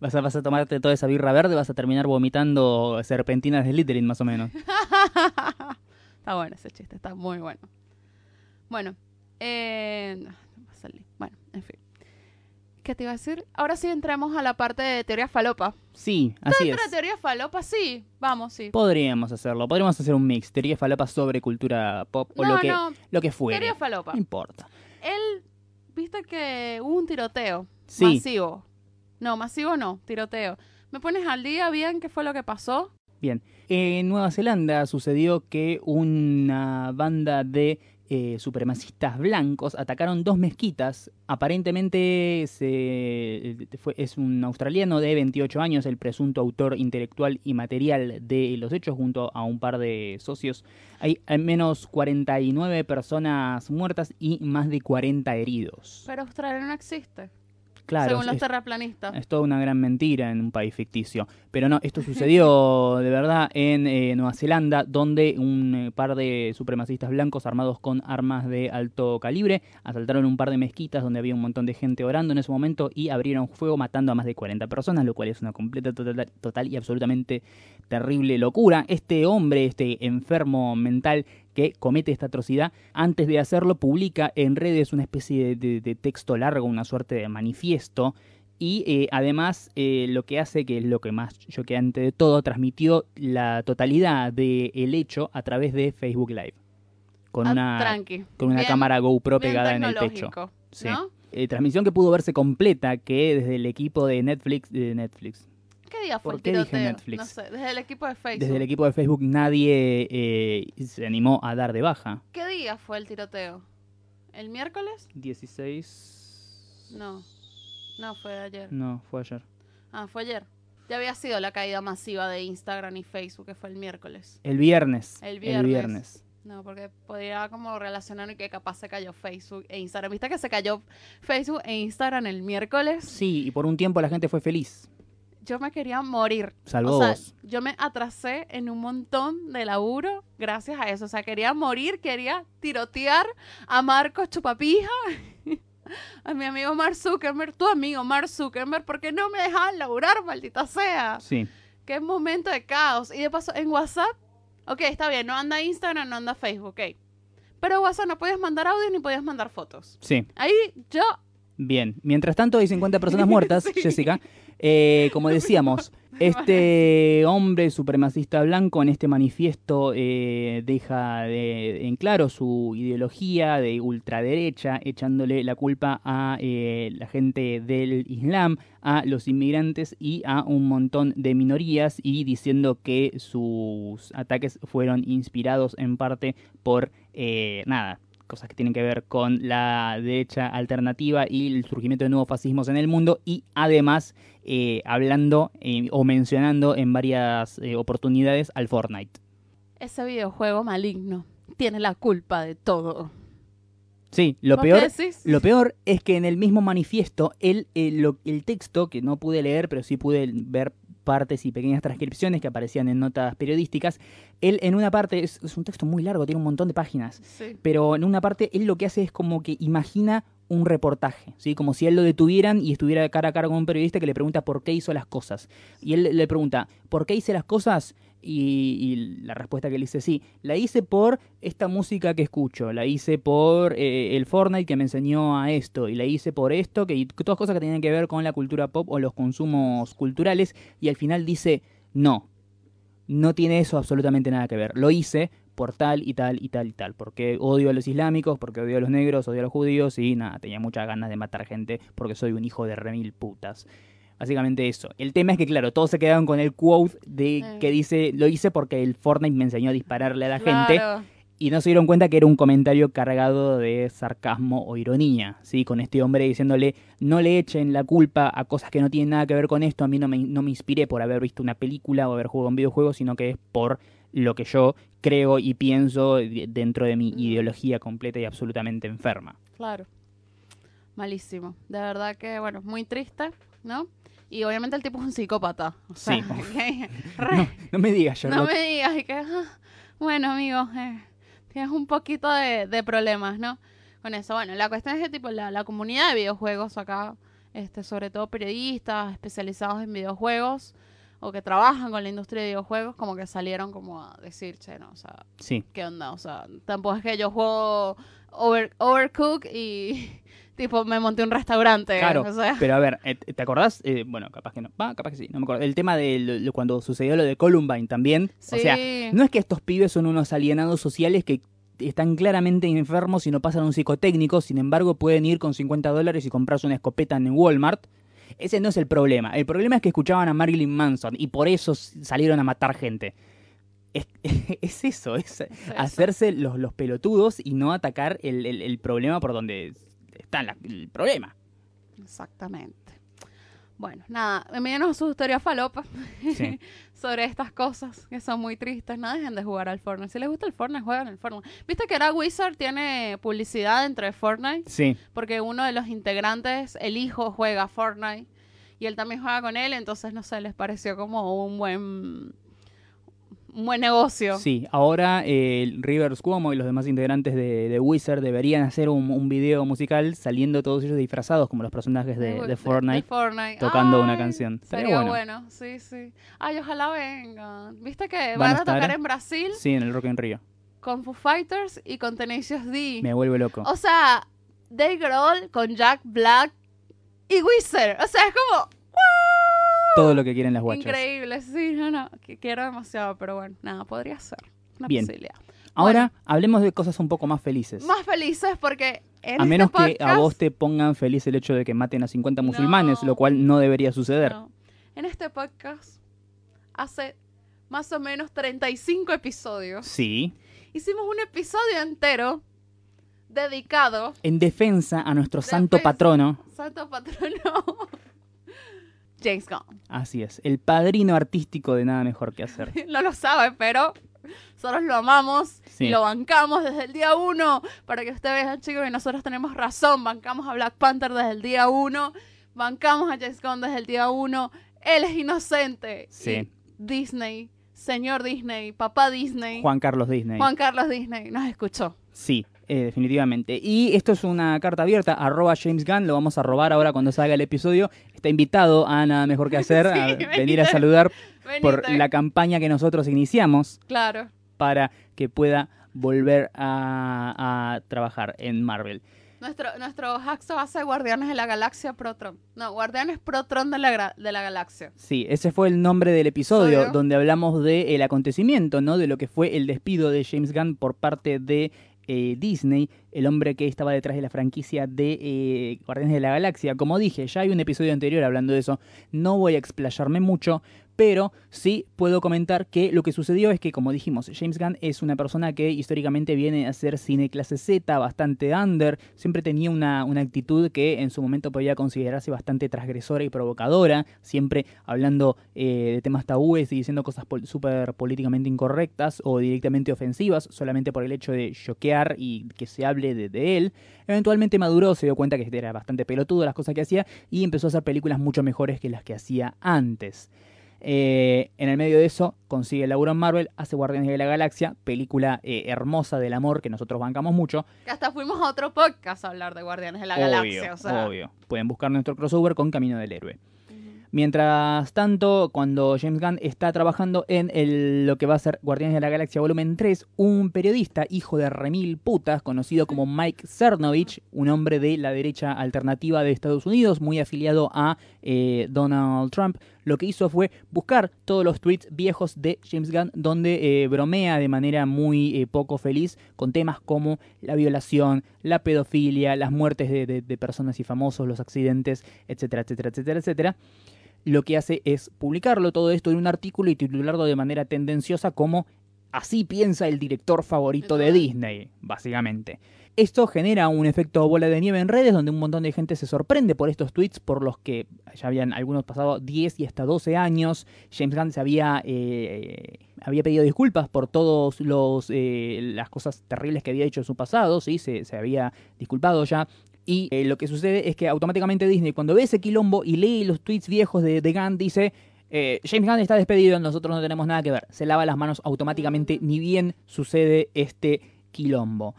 Vas a, vas a tomarte toda esa birra verde, vas a terminar vomitando serpentinas de Slytherin más o menos. está bueno ese chiste, está muy bueno. Bueno, eh, no, no va a salir. Bueno, en fin. ¿Qué te iba a decir? Ahora sí entramos a la parte de teoría falopa. Sí, así es. ¿Entra teoría falopa? Sí, vamos, sí. Podríamos hacerlo, podríamos hacer un mix, teoría falopa sobre cultura pop o no, lo que no, lo que fuere. teoría falopa. No importa. Él, viste que hubo un tiroteo Sí. masivo. No, masivo no, tiroteo. ¿Me pones al día bien qué fue lo que pasó? En Nueva Zelanda sucedió que una banda de eh, supremacistas blancos atacaron dos mezquitas. Aparentemente se- eh, fue- es un australiano de 28 años, el presunto autor intelectual y material de los hechos, junto a un par de socios. Hay al menos 49 personas muertas y más de 40 heridos. Pero Australia no existe. Claro, según los es- terraplanistas. Es toda una gran mentira en un país ficticio. Pero no, esto sucedió de verdad en eh, Nueva Zelanda, donde un eh, par de supremacistas blancos armados con armas de alto calibre asaltaron un par de mezquitas donde había un montón de gente orando en ese momento y abrieron fuego matando a más de 40 personas, lo cual es una completa, total, total y absolutamente terrible locura. Este hombre, este enfermo mental que comete esta atrocidad, antes de hacerlo publica en redes una especie de- de- de texto largo, una suerte de manifiesto y eh, además, eh, lo que hace, que es lo que más choqueante de todo, transmitió la totalidad del hecho a través de Facebook Live. Con Ah, una, tranqui. con una Bien- cámara GoPro bien pegada en el techo. tecnológico, Sí. ¿no? Eh, transmisión que pudo verse completa, que desde el equipo de Netflix, de Netflix. ¿Qué día fue ¿Por el qué dije tiroteo? Netflix? No sé, desde el equipo de Facebook. Desde el equipo de Facebook nadie eh, se animó a dar de baja. ¿Qué día fue el tiroteo? ¿El miércoles? 16... No. No, fue ayer. No, fue ayer. Ah, fue ayer. Ya había sido la caída masiva de Instagram y Facebook, que fue el miércoles. El viernes. El El viernes. viernes. No, porque podría como relacionar y que capaz se cayó Facebook e Instagram. ¿Viste que se cayó Facebook e Instagram el miércoles? Sí, y por un tiempo la gente fue feliz. Yo me quería morir. Salvo O sea, vos. yo me atrasé en un montón de laburo gracias a eso. O sea, quería morir, quería tirotear a Marcos Chupapija, a mi amigo Mark Zuckerberg, tu amigo Mark Zuckerberg, porque no me dejaban laburar, maldita sea. Sí. Qué momento de caos. Y de paso, en WhatsApp, ok, está bien, no anda Instagram, no anda Facebook, ok. Pero WhatsApp no podías mandar audio ni podías mandar fotos. Sí. Ahí yo, Bien, mientras tanto hay 50 personas muertas, Sí. Jessica. Eh, como decíamos, este hombre supremacista blanco en este manifiesto eh, deja de- en claro su ideología de ultraderecha, echándole la culpa a eh, la gente del Islam, a los inmigrantes y a un montón de minorías y diciendo que sus ataques fueron inspirados en parte por eh, nada, cosas que tienen que ver con la derecha alternativa y el surgimiento de nuevos fascismos en el mundo y además eh, hablando eh, o mencionando en varias eh, oportunidades al Fortnite. ese videojuego maligno tiene la culpa de todo. Sí, lo ¿Vos qué peor, decís? lo peor es que en el mismo manifiesto el, el, lo- el texto, que no pude leer, pero sí pude ver partes y pequeñas transcripciones que aparecían en notas periodísticas, él en una parte, es- es un texto muy largo, tiene un montón de páginas, Sí. pero en una parte él lo que hace es como que imagina un reportaje, ¿sí? como si a él lo detuvieran y estuviera cara a cara con un periodista que le pregunta por qué hizo las cosas. Y él le pregunta, ¿por qué hice las cosas? Y, y la respuesta que él dice, sí, la hice por esta música que escucho, la hice por eh, el Fortnite que me enseñó a esto, y la hice por esto, que y todas cosas que tienen que ver con la cultura pop o los consumos culturales, y al final dice, no, no tiene eso absolutamente nada que ver. Lo hice por tal y tal y tal y tal. Porque odio a los islámicos, porque odio a los negros, odio a los judíos y nada, tenía muchas ganas de matar gente porque soy un hijo de remil putas. Básicamente eso. El tema es que, claro, todos se quedaron con el quote de Eh. que dice, lo hice porque el Fortnite me enseñó a dispararle a la gente Claro. y no se dieron cuenta que era un comentario cargado de sarcasmo o ironía, ¿sí? Con este hombre diciéndole, no le echen la culpa a cosas que no tienen nada que ver con esto, a mí no me, no me inspiré por haber visto una película o haber jugado un videojuego, sino que es por lo que yo creo y pienso de- dentro de mi Mm. ideología completa y absolutamente enferma. Claro. Malísimo. De verdad que, bueno, muy triste, ¿no? Y obviamente el tipo es un psicópata. O sea, Sí. que- No, re- no me digas, no, Sherlock. me digas y que, ah, bueno, amigo, eh, tienes un poquito de, de problemas, ¿no? Con eso, bueno, la cuestión es que tipo la, la comunidad de videojuegos acá, este, sobre todo periodistas especializados en videojuegos o que trabajan con la industria de videojuegos, como que salieron como a decir, che, no, o sea, Sí, ¿qué onda? O sea, tampoco es que yo juego over, Overcook y tipo me monté un restaurante. Claro, O sea, pero a ver, eh, ¿te acordás? Eh, bueno, capaz que no, va, capaz que sí, no me acuerdo. El tema de lo- lo- cuando sucedió lo de Columbine también, sí. o sea, No es que estos pibes son unos alienados sociales que están claramente enfermos y no pasan a un psicotécnico, sin embargo pueden ir con 50 dólares y comprarse una escopeta en Walmart. Ese no es el problema. El problema es que escuchaban a Marilyn Manson y por eso s- salieron a matar gente. Es, es eso, es es eso. hacerse los, los pelotudos y no atacar el, el- el problema por donde está la- el problema. Exactamente. Bueno, nada, envíenos sus historias falopas Sí. sobre estas cosas que son muy tristes. No dejen de jugar al Fortnite. Si les gusta el Fortnite, juegan al Fortnite. Viste que era Wizard, tiene publicidad entre Fortnite, Sí. porque uno de los integrantes, el hijo, juega Fortnite y él también juega con él. Entonces, no sé, les pareció como un buen, un buen negocio. Sí, ahora eh, Rivers Cuomo y los demás integrantes de, de Wizard deberían hacer un, un video musical saliendo todos ellos disfrazados como los personajes de, de Fortnite. Fortnite. tocando una Ay, canción. Estaría Sería bueno. bueno. sí, sí. Ay, ojalá vengan. Viste que Van van, a a, estar, tocar ¿eh? en Brasil Sí, en el Rock en Río. con Foo Fighters y con Tenacious D. Me vuelve loco. O sea, Dave Grohl con Jack Black y Wizard. O sea, es como Todo lo que quieren las guachas. increíble. Sí, no, no. que quiero demasiado, pero bueno, nada, podría ser. Una Bien. posibilidad. Ahora hablemos de cosas un poco más felices. Más felices porque. En a este menos que a podcast- vos te pongan feliz el hecho de que maten a 50 musulmanes, No. lo cual no debería suceder. No. En este podcast, hace más o menos 35 episodios, Sí. hicimos un episodio entero dedicado En defensa a nuestro santo Defensa. patrono, santo patrono James Gunn. así es, el padrino artístico de nada mejor que hacer. No lo sabe, pero nosotros lo amamos Sí. y lo bancamos desde el día uno. Para que ustedes vean, chicos, que nosotros tenemos razón. Bancamos a Black Panther desde el día uno. Bancamos a James Gunn desde el día uno. Él es inocente. Sí. Y Disney, señor Disney, papá Disney, Juan Carlos Disney. Juan Carlos Disney, nos escuchó. Sí, eh, definitivamente. Y esto es una carta abierta, arroba James Gunn, lo vamos a robar ahora cuando salga el episodio. Está invitado a nada mejor que hacer, a Sí, venir a venite. saludar Venite. por la campaña que nosotros iniciamos Claro. para que pueda volver a, a trabajar en Marvel. Nuestro, nuestro hackso hace Guardianes de la Galaxia Protron. No, Guardianes Protron de la, gra- de la Galaxia. Sí, ese fue el nombre del episodio Obvio. donde hablamos del acontecimiento, ¿no? De lo que fue el despido de James Gunn por parte de eh, Disney, el hombre que estaba detrás de la franquicia de eh, Guardianes de la Galaxia. Como dije, ya hay un episodio anterior hablando de eso. No voy a explayarme mucho, pero sí puedo comentar que lo que sucedió es que, como dijimos, James Gunn es una persona que históricamente viene a hacer cine clase Z, bastante under, siempre tenía una, una actitud que en su momento podía considerarse bastante transgresora y provocadora, siempre hablando eh, de temas tabúes y diciendo cosas pol- súper políticamente incorrectas o directamente ofensivas, solamente por el hecho de choquear y que se hable de, de él. Eventualmente maduró, se dio cuenta que era bastante pelotudo las cosas que hacía y empezó a hacer películas mucho mejores que las que hacía antes. Eh, en el medio de eso, consigue el laburo en Marvel, hace Guardianes de la Galaxia, película eh, hermosa del amor que nosotros bancamos mucho. Que hasta fuimos a otro podcast a hablar de Guardianes de la Galaxia. O sea. obvio. Pueden buscar nuestro crossover con Camino del Héroe. Mientras tanto, cuando James Gunn está trabajando en el- lo que va a ser Guardianes de la Galaxia Volumen 3, un periodista, hijo de remil putas, conocido como Mike Cernovich, un hombre de la derecha alternativa de Estados Unidos, muy afiliado a eh, Donald Trump, lo que hizo fue buscar todos los tweets viejos de James Gunn, donde eh, bromea de manera muy eh, poco feliz con temas como la violación, la pedofilia, las muertes de- de- de personas y famosos, los accidentes, etcétera, etcétera, etcétera, etcétera lo que hace es publicarlo todo esto en un artículo y titularlo de manera tendenciosa como Así piensa el director favorito de Disney, básicamente. Esto genera un efecto bola de nieve en redes donde un montón de gente se sorprende por estos tweets por los que ya habían algunos pasado 10 y hasta 12 años. James Gunn se había, eh, había pedido disculpas por todas las cosas terribles que había hecho en su pasado, ¿sí? se, se había disculpado ya. Y eh, lo que sucede es que automáticamente Disney, cuando ve ese quilombo y lee los tweets viejos de, de Gunn, dice: eh, James Gunn está despedido, nosotros no tenemos nada que ver. Se lava las manos automáticamente, ni bien sucede este quilombo.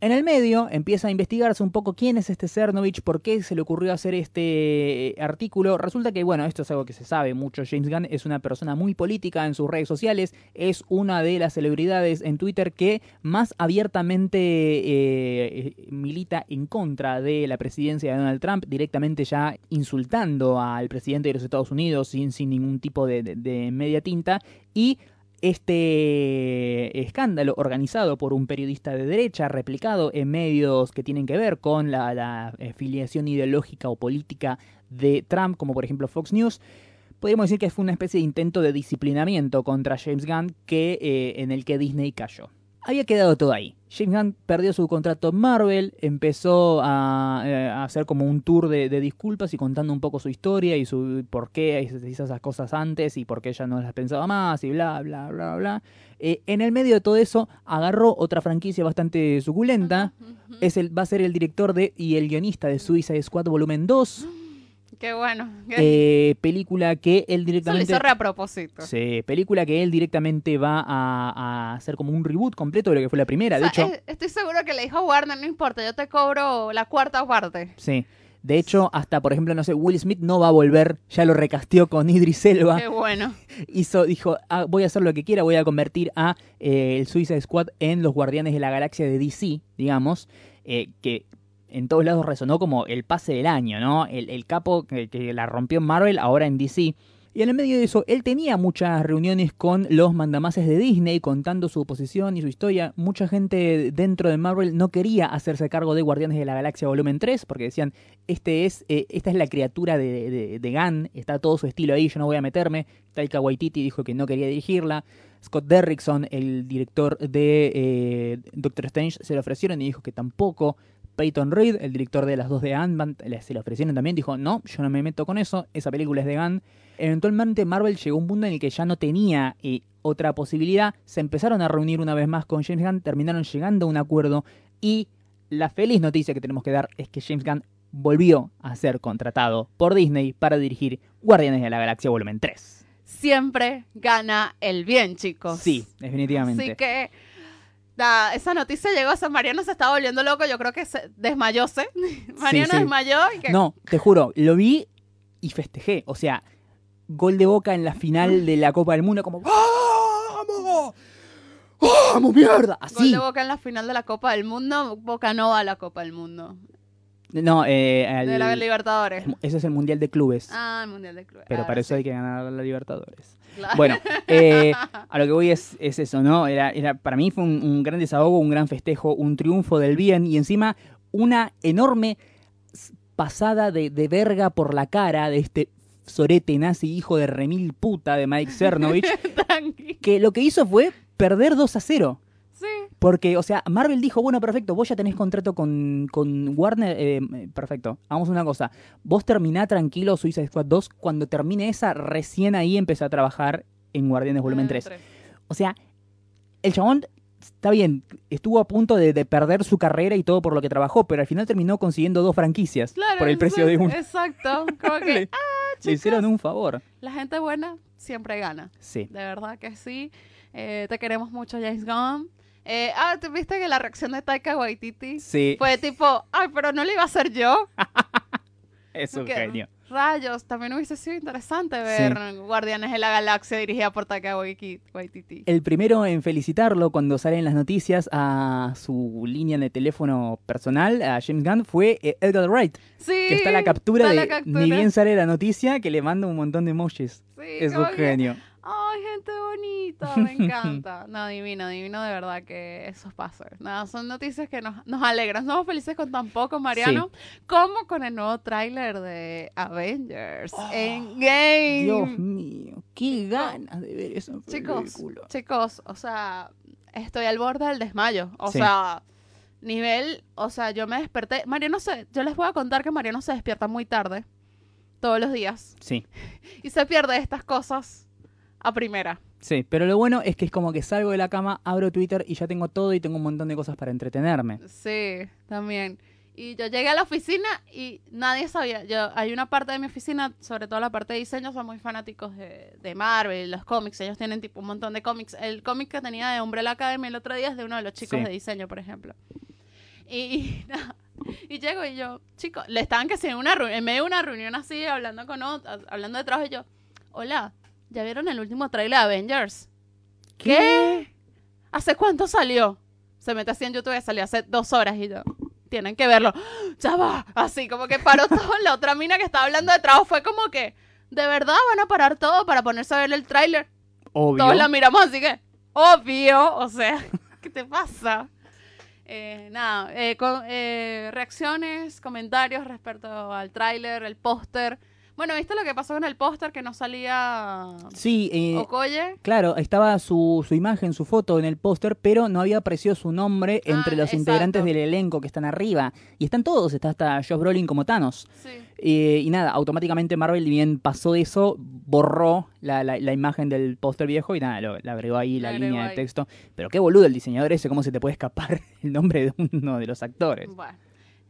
En el medio empieza a investigarse un poco quién es este Cernovich, por qué se le ocurrió hacer este eh, artículo. Resulta que, bueno, esto es algo que se sabe mucho. James Gunn es una persona muy política en sus redes sociales, es una de las celebridades en Twitter que más abiertamente eh, eh, milita en contra de la presidencia de Donald Trump, directamente ya insultando al presidente de los Estados Unidos sin, sin ningún tipo de- de- de media tinta. Y este escándalo organizado por un periodista de derecha, replicado en medios que tienen que ver con la, la eh, filiación ideológica o política de Trump, como por ejemplo Fox News, podríamos decir que fue una especie de intento de disciplinamiento contra James Gunn que, eh, en el que Disney cayó. Había quedado todo ahí. James Gunn perdió su contrato en Marvel, empezó a, eh, a hacer como un tour de, de disculpas y contando un poco su historia y su por qué hizo esas cosas antes y por qué ella no las pensaba más y bla, bla, bla, bla. Eh, en el medio de todo eso, agarró otra franquicia bastante suculenta. Ujú. Es el, va a ser el director de y el guionista de Suicide Squad Volumen 2, Qué bueno. que- eh, película que él Eso lo directamente... hizo re a propósito. Sí, película que él directamente va a, a hacer como un reboot completo de lo que fue la primera. O De sea, hecho, es- estoy seguro que le dijo a Warner, no importa, yo te cobro la cuarta parte. Sí. De hecho, hasta por ejemplo, no sé, Will Smith no va a volver, ya lo recasteó con Idris Elba, Qué bueno. hizo, dijo, "Ah, voy a hacer lo que quiera, voy a convertir a eh, el Suicide Squad en los Guardianes de la Galaxia de DC, digamos, eh, que en todos lados resonó como el pase del año, ¿no? El, el capo que, que la rompió en Marvel, ahora en DC. Y en el medio de eso, él tenía muchas reuniones con los mandamases de Disney contando su posición y su historia. Mucha gente dentro de Marvel no quería hacerse cargo de Guardianes de la Galaxia Volumen 3 porque decían, este es, eh, esta es la criatura de, de, de Gunn, está todo su estilo ahí, yo no voy a meterme. Taika Waititi dijo que no quería dirigirla. Scott Derrickson, el director de eh, Doctor Strange, se lo ofrecieron y dijo que tampoco. Peyton Reed, el director de las dos de Ant-Man, le- se lo ofrecieron también, dijo, no, yo no me meto con eso, esa película es de Gunn. Eventualmente Marvel llegó a un punto en el que ya no tenía eh, otra posibilidad, se empezaron a reunir una vez más con James Gunn, terminaron llegando a un acuerdo y la feliz noticia que tenemos que dar es que James Gunn volvió a ser contratado por Disney para dirigir Guardianes de la Galaxia Volumen 3. Siempre gana el bien, chicos. Sí, definitivamente. Así que da, esa noticia llegó a San Mariano, se estaba volviendo loco. Yo creo que se desmayóse. Mariano sí. desmayó y que. No, te juro, lo vi y festejé. O sea, gol de boca en la final de la Copa del Mundo, como ¡Vamos! ¡Vamos, mierda! Gol Así. de Boca en la final de la Copa del Mundo. Boca no va a la Copa del Mundo. No, eh, al- De la Libertadores. ese es el Mundial de Clubes. Ah, el Mundial de Clubes. pero Ahora para eso sí, hay que ganar la Libertadores. claro. Bueno, eh, a lo que voy es, es eso, ¿no? Era, era, para mí fue un, un gran desahogo, un gran festejo, un triunfo del bien y encima una enorme s- pasada de, de verga por la cara de este sorete nazi hijo de remil puta de Mike Cernovich, Tranqui. que lo que hizo fue perder 2 a 0. Sí. Porque, o sea, Marvel dijo, bueno, perfecto, vos ya tenés contrato con, con Warner, eh, perfecto, hagamos una cosa, vos terminá tranquilo Suicide Squad 2, cuando termine esa, recién ahí empecé a trabajar en Guardianes Ah, Volumen 3. O sea, el chabón está bien, estuvo a punto de, de perder su carrera y todo por lo que trabajó, pero al final terminó consiguiendo dos franquicias Claro, por el precio sí, de una. Exacto. Como que ah, Le, le hicieron un favor. la gente buena siempre gana. Sí. De verdad que sí. Eh, te queremos mucho, James Gunn. Eh, ah, ¿tú viste que la reacción de Taika Waititi Sí, fue tipo, ay, pero no lo iba a hacer yo? es un que- genio. Rayos, también hubiese sido interesante ver Guardianes de la Galaxia dirigida por Taika Waiki- Waititi. El primero en felicitarlo cuando salen las noticias a su línea de teléfono personal, a James Gunn, fue eh, Edgar Wright, Sí, que está la captura está de la captura. ni bien sale la noticia, que le manda un montón de emojis. Sí, Es un como que, genio. Ay, gente bonita, me encanta. No, divino, divino de verdad que esos pasos. Nada, son noticias que nos, nos alegran. Somos felices con tan poco, Mariano, como con el nuevo tráiler de Avengers Endgame. Ah, Dios mío, qué ganas de ver eso. en Chicos, película. chicos, o sea, estoy al borde del desmayo. O Sí. sea, nivel, o sea, yo me desperté. Mariano se, yo les voy a contar que Mariano se despierta muy tarde, todos los días, Sí. y se pierde estas cosas a primera. Sí, pero lo bueno es que es como que salgo de la cama, abro Twitter y ya tengo todo y tengo un montón de cosas para entretenerme. Sí, también. Y yo llegué a la oficina y nadie sabía. Yo, hay una parte de mi oficina, sobre todo la parte de diseño, son muy fanáticos de, de Marvel, los cómics. Ellos tienen tipo un montón de cómics. El cómic que tenía de Umbrella Academy el otro día es de uno de los chicos Sí. de diseño, por ejemplo. Y, y nada. Y llego y yo, chicos, le estaban que si en una reu- en medio de una reunión así, hablando con otros, hablando de trabajo, y yo, hola, ¿ya vieron el último trailer de Avengers? ¿Qué? ¿Hace cuánto salió? Se mete así en YouTube y salió hace dos horas y yo. Tienen que verlo. Ya va. Así como que paró todo. La otra mina que estaba hablando de trabajo fue como que, ¿de verdad van a parar todo para ponerse a ver el tráiler? Obvio. Todos la miramos así que, obvio. O sea, ¿qué te pasa? Eh, nada, eh, con- eh, reacciones, comentarios respecto al tráiler, el póster. Bueno, ¿viste lo que pasó con el póster que no salía Sí, eh, Oh. Okoye? claro, estaba su, su imagen, su foto en el póster, pero no había aparecido su nombre Ah, entre los exacto. integrantes del elenco que están arriba. Y están todos, está hasta Josh Brolin como Thanos. Sí. Eh, y nada, automáticamente Marvel, bien pasó eso, borró la, la- la imagen del póster viejo y nada, lo, le agregó ahí la Le agregó línea de ahí. texto. Pero qué boludo el diseñador ese, cómo se te puede escapar el nombre de uno de los actores. Bueno.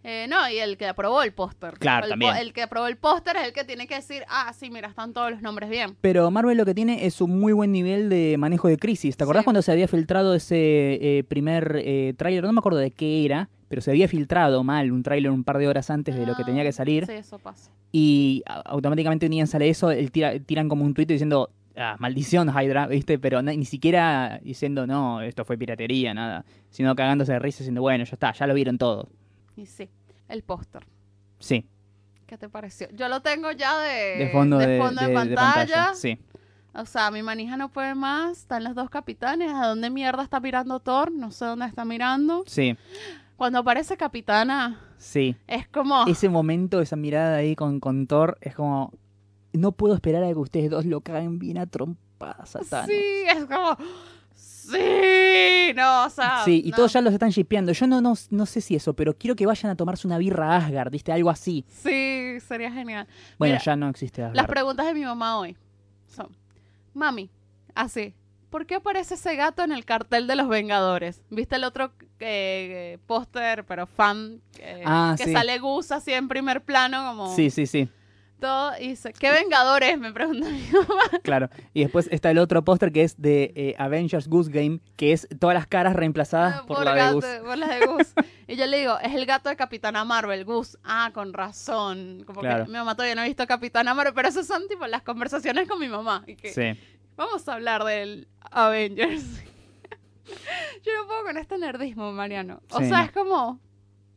Eh, no, y el que aprobó el póster. Claro, el, también. po- El que aprobó el póster es el que tiene que decir, ah, sí, mira, están todos los nombres bien. Pero Marvel lo que tiene es un muy buen nivel de manejo de crisis. ¿Te acordás Sí. cuando se había filtrado ese eh, primer eh, tráiler? No me acuerdo de qué era, pero se había filtrado mal un tráiler un par de horas antes de lo que tenía que salir. Ah, Sí, eso pasa. Y a- automáticamente un día sale eso, el tira- tiran como un tuit diciendo, "Ah, maldición Hydra, ¿viste? Pero na- ni siquiera diciendo, no, esto fue piratería, nada. Sino cagándose de risa diciendo, bueno, ya está, ya lo vieron todo. Y sí, el póster. Sí, ¿Qué te pareció? Yo lo tengo ya Eh, de, de fondo de, fondo de- en de pantalla. Sí. O sea, mi manija no puede más. Están los dos capitanes. ¿A dónde mierda está mirando Thor? No sé dónde está mirando. Sí, Cuando aparece capitana, sí. es como... Ese momento, esa mirada ahí con, con Thor, es como, no puedo esperar a que ustedes dos lo caguen bien a trompadas a Thanos". Sí, es como... Sí, no, o sea... Sí, y no. todos ya los están shipeando. Yo no, no, no sé si eso, pero quiero que vayan a tomarse una birra a Asgard, ¿viste? Algo así. Sí, sería genial. Bueno, Mira, ya no existe Asgard. Las preguntas de mi mamá hoy son, mami, así, ¿por qué aparece ese gato en el cartel de los Vengadores? ¿Viste el otro eh, póster, pero fan, eh, Ah, que sí. sale Gus así en primer plano, como Sí, sí, sí. todo? Y dice, ¿qué Vengadores? Me pregunta mi mamá. Claro, y después está el otro póster que es de eh, Avengers Goose Game, que es todas las caras reemplazadas Ah, por, la de gato- Gus. Ah, por la de Gus. y yo le digo, es el gato de Capitana Marvel, Gus. Ah, con razón. Como Claro. que mi mamá todavía no ha visto Capitana Marvel, pero esas son tipo las conversaciones con mi mamá. Y que, Sí. Vamos a hablar del Avengers. Yo no puedo con este nerdismo, Mariano. O Sí, sea, no. es como.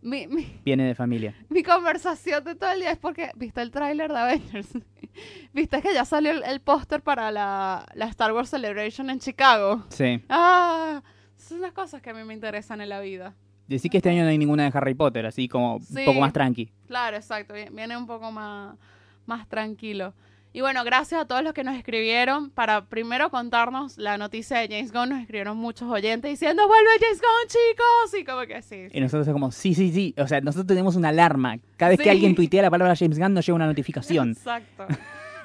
Mi, mi- Viene de familia. mi conversación de todo el día es porque. ¿Viste el tráiler de Avengers? ¿Viste que ya salió el, el póster para la, la Star Wars Celebration en Chicago? Sí. ¡Ah! Son las cosas que a mí me interesan en la vida. Decí que este año no hay ninguna de Harry Potter, así como Sí. un poco más tranqui. Claro, exacto. vi- Viene un poco más, más tranquilo. Y bueno, gracias a todos los que nos escribieron para primero contarnos la noticia de James Gunn. Nos escribieron muchos oyentes diciendo, vuelve James Gunn, chicos. Y como que sí. Y nosotros es como, sí, sí, sí. O sea, nosotros tenemos una alarma. Cada vez Sí. que alguien tuitea la palabra James Gunn nos llega una notificación. Exacto.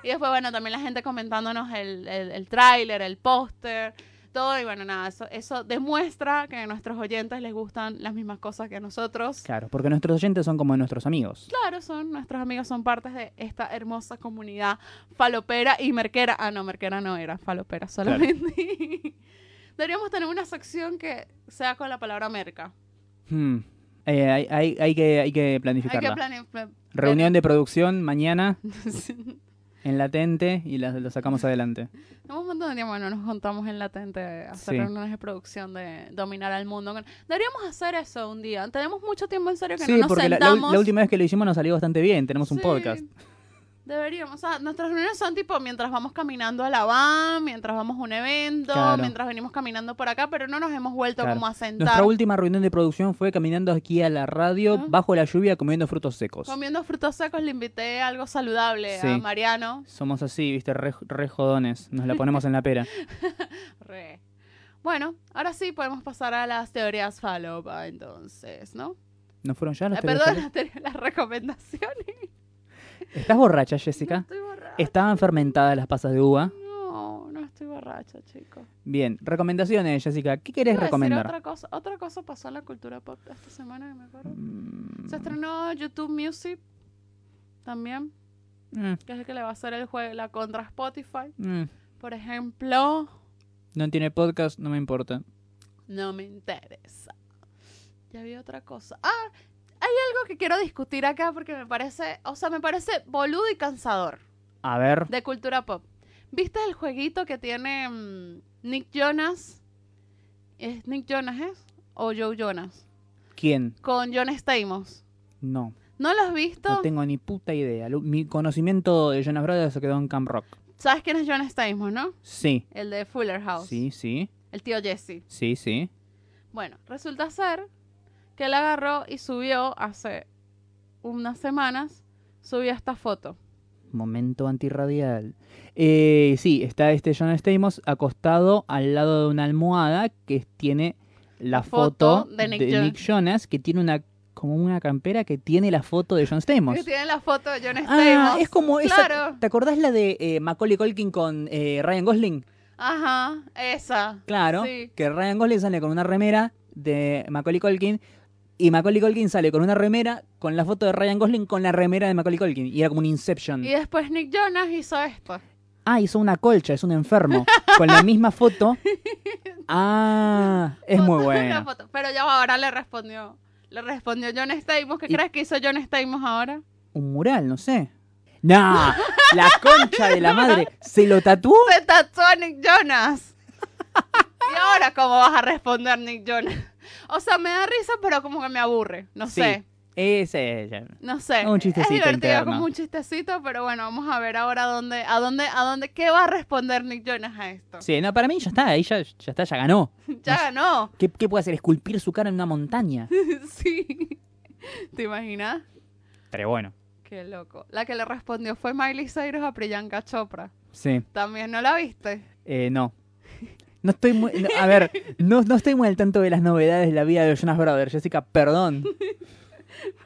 Y después, bueno, también la gente comentándonos el, el, el tráiler, el póster, todo. Y bueno, nada, eso, eso demuestra que a nuestros oyentes les gustan las mismas cosas que a nosotros. Claro, porque nuestros oyentes son como nuestros amigos. Claro, son nuestros amigos, son partes de esta hermosa comunidad falopera y merquera. Ah, no, merquera no era, falopera solamente. Deberíamos tener una sección que sea con la palabra merca. Hmm. Eh, hay, hay- hay que, hay que Hay planificarla. que planificar. Reunión de producción mañana en latente y la, lo sacamos adelante. Tenemos un montón de tiempo que no nos juntamos en latente a hacer Sí. reuniones de producción de dominar al mundo. con- Deberíamos hacer eso un día. Tenemos mucho tiempo en serio que no Sí, nos porque la, la sentamos. ul- la última vez que lo hicimos nos salió bastante bien. Tenemos un Sí. podcast. Deberíamos. O sea, nuestras reuniones son tipo mientras vamos caminando a la van, mientras vamos a un evento, Claro. mientras venimos caminando por acá, pero no nos hemos vuelto Claro. como a Nuestra sentar última reunión de producción fue caminando aquí a la radio, Ah. bajo la lluvia, comiendo frutos secos. comiendo frutos secos. Le invité algo saludable a Sí. Mariano. Somos así, viste, re, re jodones. Nos la ponemos en la pera. Re. Bueno, ahora sí podemos pasar a las teorías falopa, entonces, ¿no? ¿No fueron ya las Eh, teorías perdón, falopa? las, teorías- las recomendaciones. ¿Estás borracha, Jessica? Estoy borracha. Estaban fermentadas las pasas de uva. No, no estoy borracha, chicos. Bien, recomendaciones, Jessica. ¿Qué querés Iba a decir recomendar? Otra cosa, otra cosa pasó en la cultura pop esta semana, que me acuerdo. Mm, Se estrenó YouTube Music también, eh, que es el que le va a hacer el juego la contra a Spotify. eh. Por ejemplo, No tiene podcast, no me importa. no me interesa. Ya había otra cosa. Ah, hay algo que quiero discutir acá porque me parece, o sea, me parece boludo y cansador A ver. de cultura pop. ¿Viste el jueguito que tiene mm, Nick Jonas? ¿Es Nick Jonas, es? ¿O Joe Jonas? ¿Quién? Con John Stamos. No. ¿No lo has visto? No tengo ni puta idea. Lo- Mi conocimiento de Jonas Brothers se quedó en Camp Rock. ¿Sabes quién es John Stamos, no? Sí. El de Fuller House. Sí, sí. El tío Jesse. Sí, sí. Bueno, resulta ser que él agarró y subió hace unas semanas, subió esta foto Momento antirradial. Eh, sí, está este John Stamos acostado al lado de una almohada que tiene la foto, de, Nick, Jonas. Jonas, que tiene una como una campera que tiene la foto de John Stamos. Que tienen la foto de John Stamos. Ah, es como esa. Claro. ¿Te acordás la de eh, Macaulay Culkin con eh, Ryan Gosling? Ajá, esa. Claro, Sí. que Ryan Gosling sale con una remera de Macaulay Culkin y Macaulay Culkin sale con una remera con la foto de Ryan Gosling con la remera de Macaulay Culkin y era como un Inception. Y después Nick Jonas hizo esto. Ah, hizo una colcha, es un enfermo con la misma foto. Ah, es muy Foto, una bueno. foto. Pero ya va, ahora le respondió. Le respondió John Stamos. ¿Qué Y- crees que hizo John Stamos ahora? Un mural, no sé. Nah, la concha de la madre se lo tatuó. Se tatuó a Nick Jonas. ¿Y ahora cómo vas a responder, Nick Jonas? O sea, me da risa, pero como que me aburre. No Sí. sé, Ese ya. no sé. Un chistecito Es divertido interno. como un chistecito, pero bueno, vamos a ver ahora dónde, a dónde, a dónde, qué va a responder Nick Jonas a esto. Sí, no, para mí ya está, ahí ya, ya está, ya ganó. Ya ganó. ¿Qué, ¿Qué puede hacer? Esculpir su cara en una montaña. sí. ¿Te imaginas? Pero bueno. Qué loco. La que le respondió fue Miley Cyrus a Priyanka Chopra. Sí. También no la viste. Eh, no. No estoy muy. no, a ver, no, no estoy muy al tanto de las novedades de la vida de los Jonas Brothers, Jessica, perdón.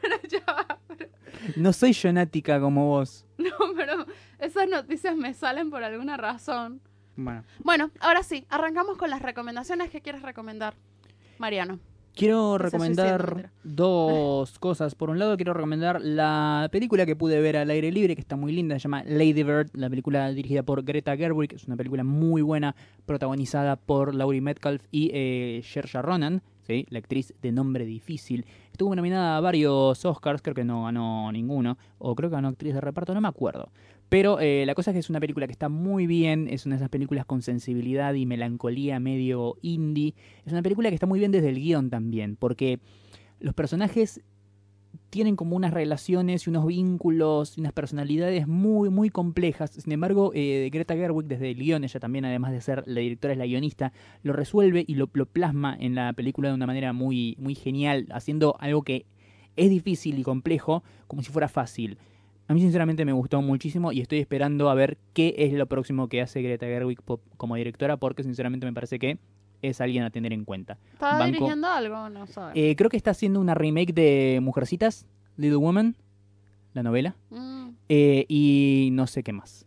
Pero ya va. No soy jonática como vos. No, pero esas noticias me salen por alguna razón. Bueno. Bueno, ahora sí, arrancamos con las recomendaciones. ¿Qué quieres recomendar, Mariano? Quiero Te estás recomendar suicidando, dos cosas. Por un lado, quiero recomendar la película que pude ver al aire libre, que está muy linda, se llama Lady Bird, la película dirigida por Greta Gerwig. Es una película muy buena, protagonizada por Laurie Metcalf y eh, Saoirse Ronan, ¿sí? la actriz de nombre difícil. Estuvo nominada a varios Oscars, creo que no ganó ninguno, o creo que ganó actriz de reparto, no me acuerdo. Pero eh, la cosa es que es una película que está muy bien, es una de esas películas con sensibilidad y melancolía medio indie. Es una película que está muy bien desde el guión también, porque los personajes tienen como unas relaciones y unos vínculos y unas personalidades muy, muy complejas. Sin embargo, eh, Greta Gerwig, desde el guión, ella también, además de ser la directora, es la guionista, lo resuelve y lo, lo plasma en la película de una manera muy, muy genial, haciendo algo que es difícil y complejo como si fuera fácil. A mí sinceramente me gustó muchísimo y estoy esperando a ver qué es lo próximo que hace Greta Gerwig po- como directora porque sinceramente me parece que es alguien a tener en cuenta. ¿Estaba Banco. dirigiendo algo? No sabes. Eh, creo que está haciendo una remake de Mujercitas, Little Woman, la novela, Mm, eh, y no sé qué más.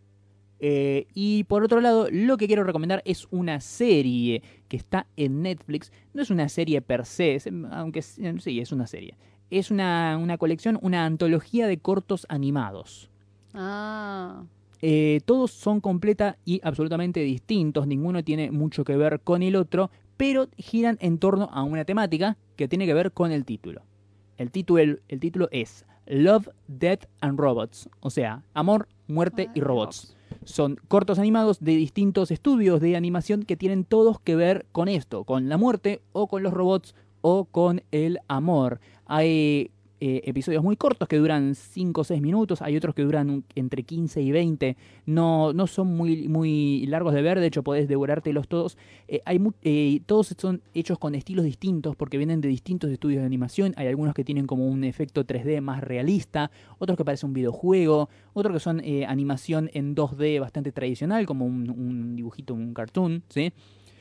Eh, y por otro lado, lo que quiero recomendar es una serie que está en Netflix. No es una serie per se, es- aunque es- sí, es una serie. Es una, una colección, una antología de cortos animados. Ah, Eh, todos son completa y absolutamente distintos, ninguno tiene mucho que ver con el otro, pero giran en torno a una temática que tiene que ver con el título. El título, el título es Love, Death and Robots, o sea, amor, muerte y robots. Son cortos animados de distintos estudios de animación que tienen todos que ver con esto, con la muerte o con los robots o con el amor. Hay eh, episodios muy cortos que duran 5 o 6 minutos, hay otros que duran un- entre 15 y 20, no, no son muy, muy largos de ver, de hecho podés devorártelos todos. Eh, hay mu- eh, todos son hechos con estilos distintos porque vienen de distintos estudios de animación, hay algunos que tienen como un efecto 3D más realista, otros que parece un videojuego, otros que son eh, animación en 2D bastante tradicional, como un, un dibujito, un cartoon, ¿sí?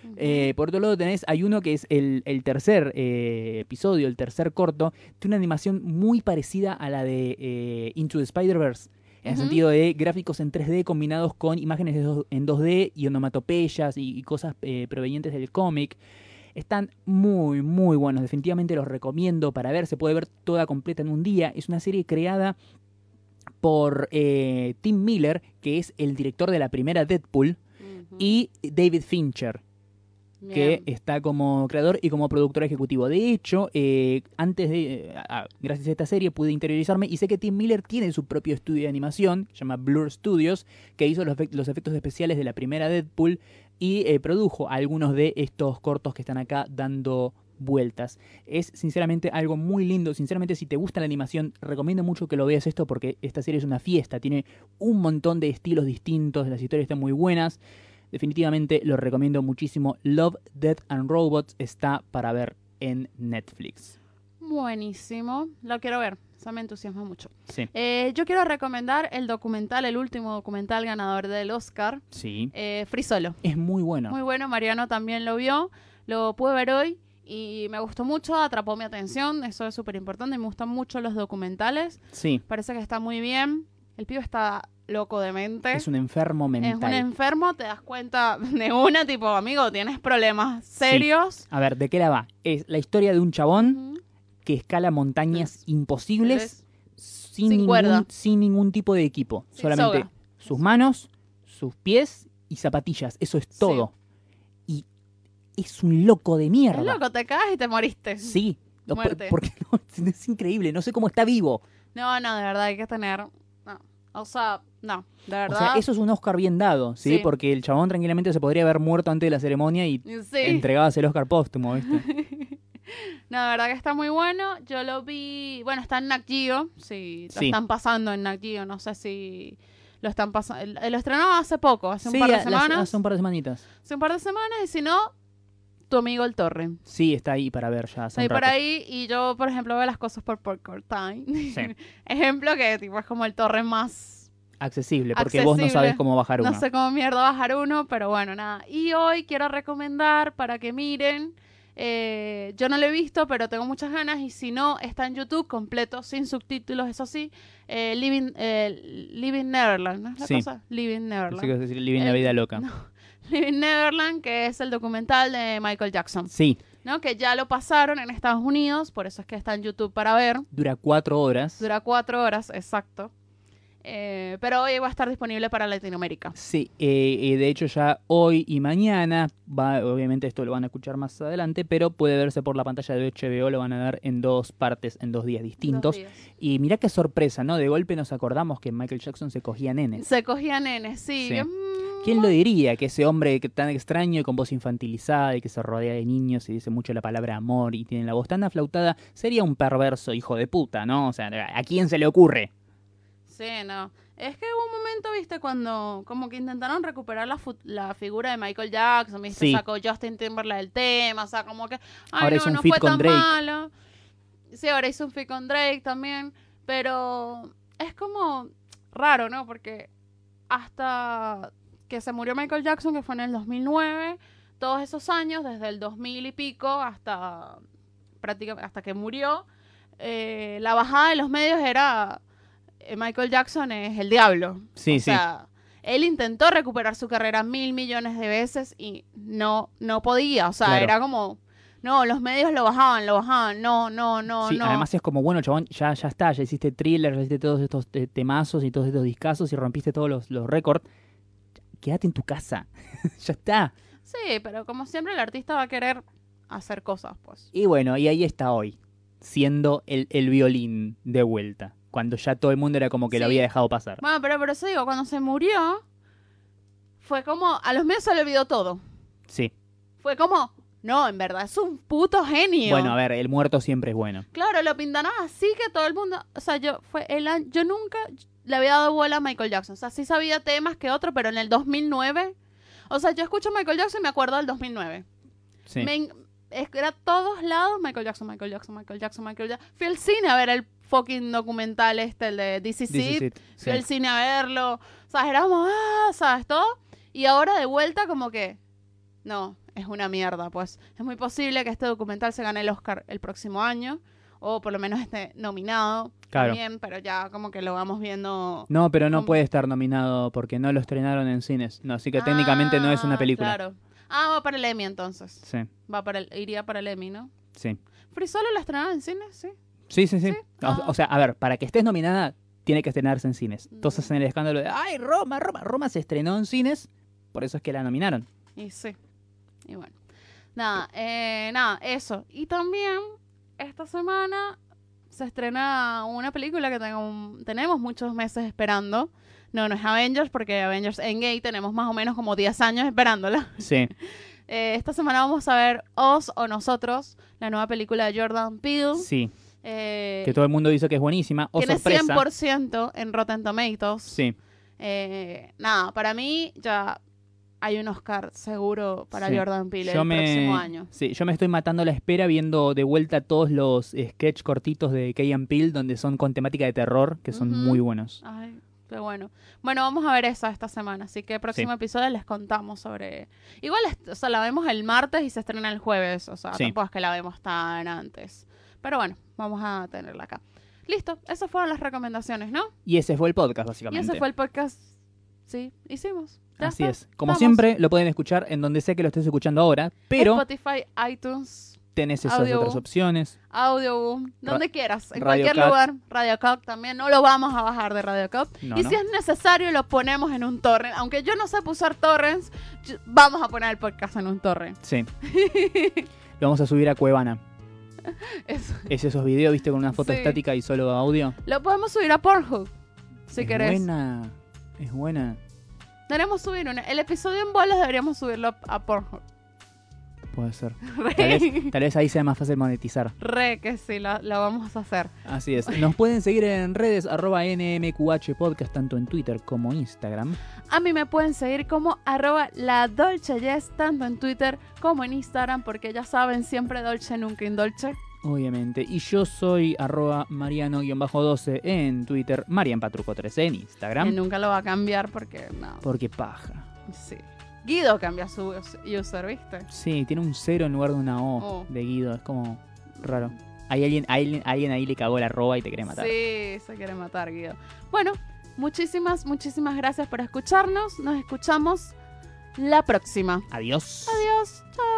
ujú. Eh, por otro lado tenés, hay uno que es el, el tercer eh, episodio, el tercer corto, tiene una animación muy parecida a la de eh, Into the Spider-Verse, en el Ujú. sentido de gráficos en 3D combinados con imágenes de dos- en 2D y onomatopeyas y, y cosas eh, provenientes del cómic. Están muy, muy buenos, definitivamente los recomiendo para ver, se puede ver toda completa en un día. Es una serie creada por eh, Tim Miller, que es el director de la primera Deadpool, Ujú. y David Fincher que Bien. está como creador y como productor ejecutivo. De hecho, eh, antes de. eh, a- a- gracias a esta serie pude interiorizarme y sé que Tim Miller tiene su propio estudio de animación, se llama Blur Studios, que hizo los, efect- los efectos especiales de la primera Deadpool y eh, produjo algunos de estos cortos que están acá dando vueltas. Es sinceramente algo muy lindo. Sinceramente, si te gusta la animación, recomiendo mucho que lo veas esto porque esta serie es una fiesta. Tiene un montón de estilos distintos, las historias están muy buenas. Definitivamente lo recomiendo muchísimo. Love, Death and Robots está para ver en Netflix. Buenísimo. Lo quiero ver. Eso me entusiasma mucho. Sí. Eh, yo quiero recomendar el documental, el último documental ganador del Oscar, Sí. eh, Free Solo. Es muy bueno. Muy bueno, Mariano también lo vio, lo pude ver hoy y me gustó mucho, atrapó mi atención, eso es súper importante, me gustan mucho los documentales, Sí. parece que está muy bien, el pibe está loco de mente. Es un enfermo Es un mental. enfermo, te das cuenta de una, tipo, amigo, tienes problemas serios. A ver, ¿de qué la va? Es la historia de un chabón Ujú. que escala montañas imposibles sin, sin ningún, cuerda. sin ningún tipo de equipo. Sin Solamente soga. sus manos, sus pies y zapatillas. Eso es todo. Y es un loco de mierda. Es loco, te caes y te moriste. Sí. No, por- Muerte. porque no, es- es increíble. No sé cómo está vivo. No, no, de verdad hay que tener. No. O sea, no, de O verdad. sea, eso es un Oscar bien dado, ¿sí? Sí. Porque el chabón tranquilamente se podría haber muerto antes de la ceremonia y Sí. entregabas el Oscar póstumo, ¿viste? No, de verdad que está muy bueno. Yo lo vi. Bueno, está en Nat Geo. Sí, lo Sí. están pasando en Nat Geo. No sé si lo están pasando. Lo estrenó hace poco, hace un par a- de las- semanas. hace un par de semanitas. Hace un par de semanas. Y si no, tu amigo el Torre. Sí, está ahí para ver ya. hace un Estoy por rato. ahí y yo, por ejemplo, veo las cosas por Popcorn Time. Sí. Ejemplo que tipo es como el Torre más Accesible, porque vos no Accesible. sabes cómo bajar uno. No sé cómo mierda bajar uno, pero bueno, nada. Y hoy quiero recomendar para que miren. eh, yo no lo he visto, pero tengo muchas ganas. Y si no, está en YouTube completo, sin subtítulos, eso sí. eh, Living, eh, Living Neverland, ¿no es la Sí. cosa? Living Neverland. Así que vas a decir, Living la Eh, vida loca. no. Living Neverland, que es el documental de Michael Jackson, Sí, ¿no? Que ya lo pasaron en Estados Unidos, por eso es que está en YouTube para ver. dura cuatro horas. Dura cuatro horas, exacto. Eh, pero hoy va a estar disponible para Latinoamérica. Sí, eh, eh, de hecho ya hoy y mañana, va, obviamente esto lo van a escuchar más adelante, pero puede verse por la pantalla de HBO, lo van a dar en dos partes, en dos días distintos. Dos días. Y mirá qué sorpresa, ¿no? De golpe nos acordamos que Michael Jackson se cogía nenes. Se cogía nenes, sí. Sí. Mm, ¿Quién lo diría que ese hombre que tan extraño y con voz infantilizada y que se rodea de niños y dice mucho la palabra amor y tiene la voz tan aflautada sería un perverso hijo de puta, ¿no? O sea, ¿a quién se le ocurre? Sí, no. Es que hubo un momento, viste, cuando como que intentaron recuperar la, fu- la figura de Michael Jackson, viste, Sí. sacó Justin Timberlake del tema, o sea, como que, ay, Ahora no, hizo un no feat fue con tan Drake. malo. Sí, ahora hizo un fit con Drake también, pero es como raro, ¿no? Porque hasta que se murió Michael Jackson, que fue en el 2009, todos esos años, desde el 2000 y pico hasta prácticamente hasta que murió, eh, la bajada de los medios era eh, Michael Jackson es el diablo. Sí, o sea, él intentó recuperar su carrera mil millones de veces y no, no podía. O sea, Claro. era como, no, los medios lo bajaban, lo bajaban, no, no, no, Sí, no. además es como, bueno, chabón, ya, ya está, ya hiciste thriller, ya hiciste todos estos eh, temazos y todos estos discazos y rompiste todos los, los récords. Quédate en tu casa. ya está. Sí, pero como siempre el artista va a querer hacer cosas, pues. Y bueno, y ahí está hoy, siendo el, el violín de vuelta. Cuando ya todo el mundo era como que lo Sí. había dejado pasar. Bueno, pero por eso digo, cuando se murió, fue como, a los medios se le olvidó todo. Sí. Fue como, no, en verdad, es un puto genio. Bueno, a ver, el muerto siempre es bueno. Claro, lo pintaron así que todo el mundo, o sea, yo fue el año- yo nunca le había dado bola a Michael Jackson, o sea, sí sabía temas que otro, pero en el 2009, o sea, yo escucho a Michael Jackson y me acuerdo del 2009. Sí. Me en- es que era todos lados Michael Jackson, Michael Jackson, Michael Jackson, Michael Jackson. Fui al cine a ver el fucking documental este el de This Is This is It. it. Sí. Fui al cine a verlo, o sea, éramos, ah, sabes todo, y ahora de vuelta como que no, es una mierda, pues. Es muy posible que este documental se gane el Oscar el próximo año, o por lo menos esté nominado. Claro. Bien, pero ya como que lo vamos viendo. No, pero no ¿Cómo? puede estar nominado porque no lo estrenaron en cines. No, así que técnicamente no es una Ah, película. Claro. Ah, va para el Emmy entonces. Sí, Va para el, iría para el Emmy, ¿no? sí. Free Solo la estrenaron en cine, sí. Sí, sí, sí. Sí, O, ah. o sea, a ver, para que estés nominada, tiene que estrenarse en cines. Entonces Mm. en el escándalo de, ay, Roma, Roma, Roma se estrenó en cines, por eso es que la nominaron. Y sí. Y bueno. Nada, eh, nada, eso. Y también esta semana se estrena una película que tengo- tenemos muchos meses esperando. No, no es Avengers, porque Avengers Endgame tenemos más o menos como 10 años esperándola. Sí, Eh, esta semana vamos a ver Oz o Nosotros, la nueva película de Jordan Peele. sí. Eh, Que todo el mundo dice que es buenísima. O tiene sorpresa. 100% en Rotten Tomatoes. Sí, Eh, nada, para mí ya hay un Oscar seguro para Sí. Jordan Peele el próximo año. Sí, yo me estoy matando a la espera viendo de vuelta todos los eh, sketch cortitos de Key and Peele donde son con temática de terror, que son Ujú. muy buenos. Ay, qué bueno. Bueno, vamos a ver esa esta semana, así que el próximo episodio les contamos sobre... Igual, est- o sea, la vemos el martes y se estrena el jueves, o sea, Sí. tampoco es que la vemos tan antes. Pero bueno, vamos a tenerla acá. Listo, esas fueron las recomendaciones, ¿no? Y ese fue el podcast, Y básicamente. ese fue el podcast. Sí, hicimos. Ya Así está. es. Como Vamos. siempre, lo pueden escuchar en donde sea que lo estés escuchando ahora, pero Spotify, iTunes, tenés esas audio. otras opciones. Audioboom, donde quieras, en Radio cualquier Cat. lugar. Radio Cat también, no lo vamos a bajar de Radio Cat. No, y no. si es necesario, lo ponemos en un torrent. Aunque yo no sé usar torrents, yo- vamos a poner el podcast en un torrent. Sí. lo vamos a subir a Cuevana. Eso. Es esos videos, viste, con una foto Sí. estática y solo audio. Lo podemos subir a Pornhub, si es querés. buena. Es buena. Deberíamos subir una- el episodio en bolas, deberíamos subirlo a- a Pornhub. Puede ser. Tal Re, vez, tal vez ahí sea más fácil monetizar. re que sí, lo, lo vamos a hacer. Así es. Nos pueden seguir en redes arroba NMQH Podcast, tanto en Twitter como Instagram. A mí me pueden seguir como arroba la Dolce Yes, tanto en Twitter como en Instagram, porque ya saben, siempre Dolce, nunca indolce. Obviamente. Y yo soy arroba Mariano-12 en Twitter, Marian Patruco 13 en Instagram. Y nunca lo va a cambiar porque no. Porque paja. Sí. Guido cambia su us- user, ¿viste? Sí, tiene un cero en lugar de una O Oh. de Guido. Es como raro. Hay alguien, hay alguien, alguien ahí le cagó la arroba y te quiere matar. Sí, se quiere matar, Guido. Bueno, muchísimas, muchísimas gracias por escucharnos. Nos escuchamos la próxima. Adiós. Adiós. Chao.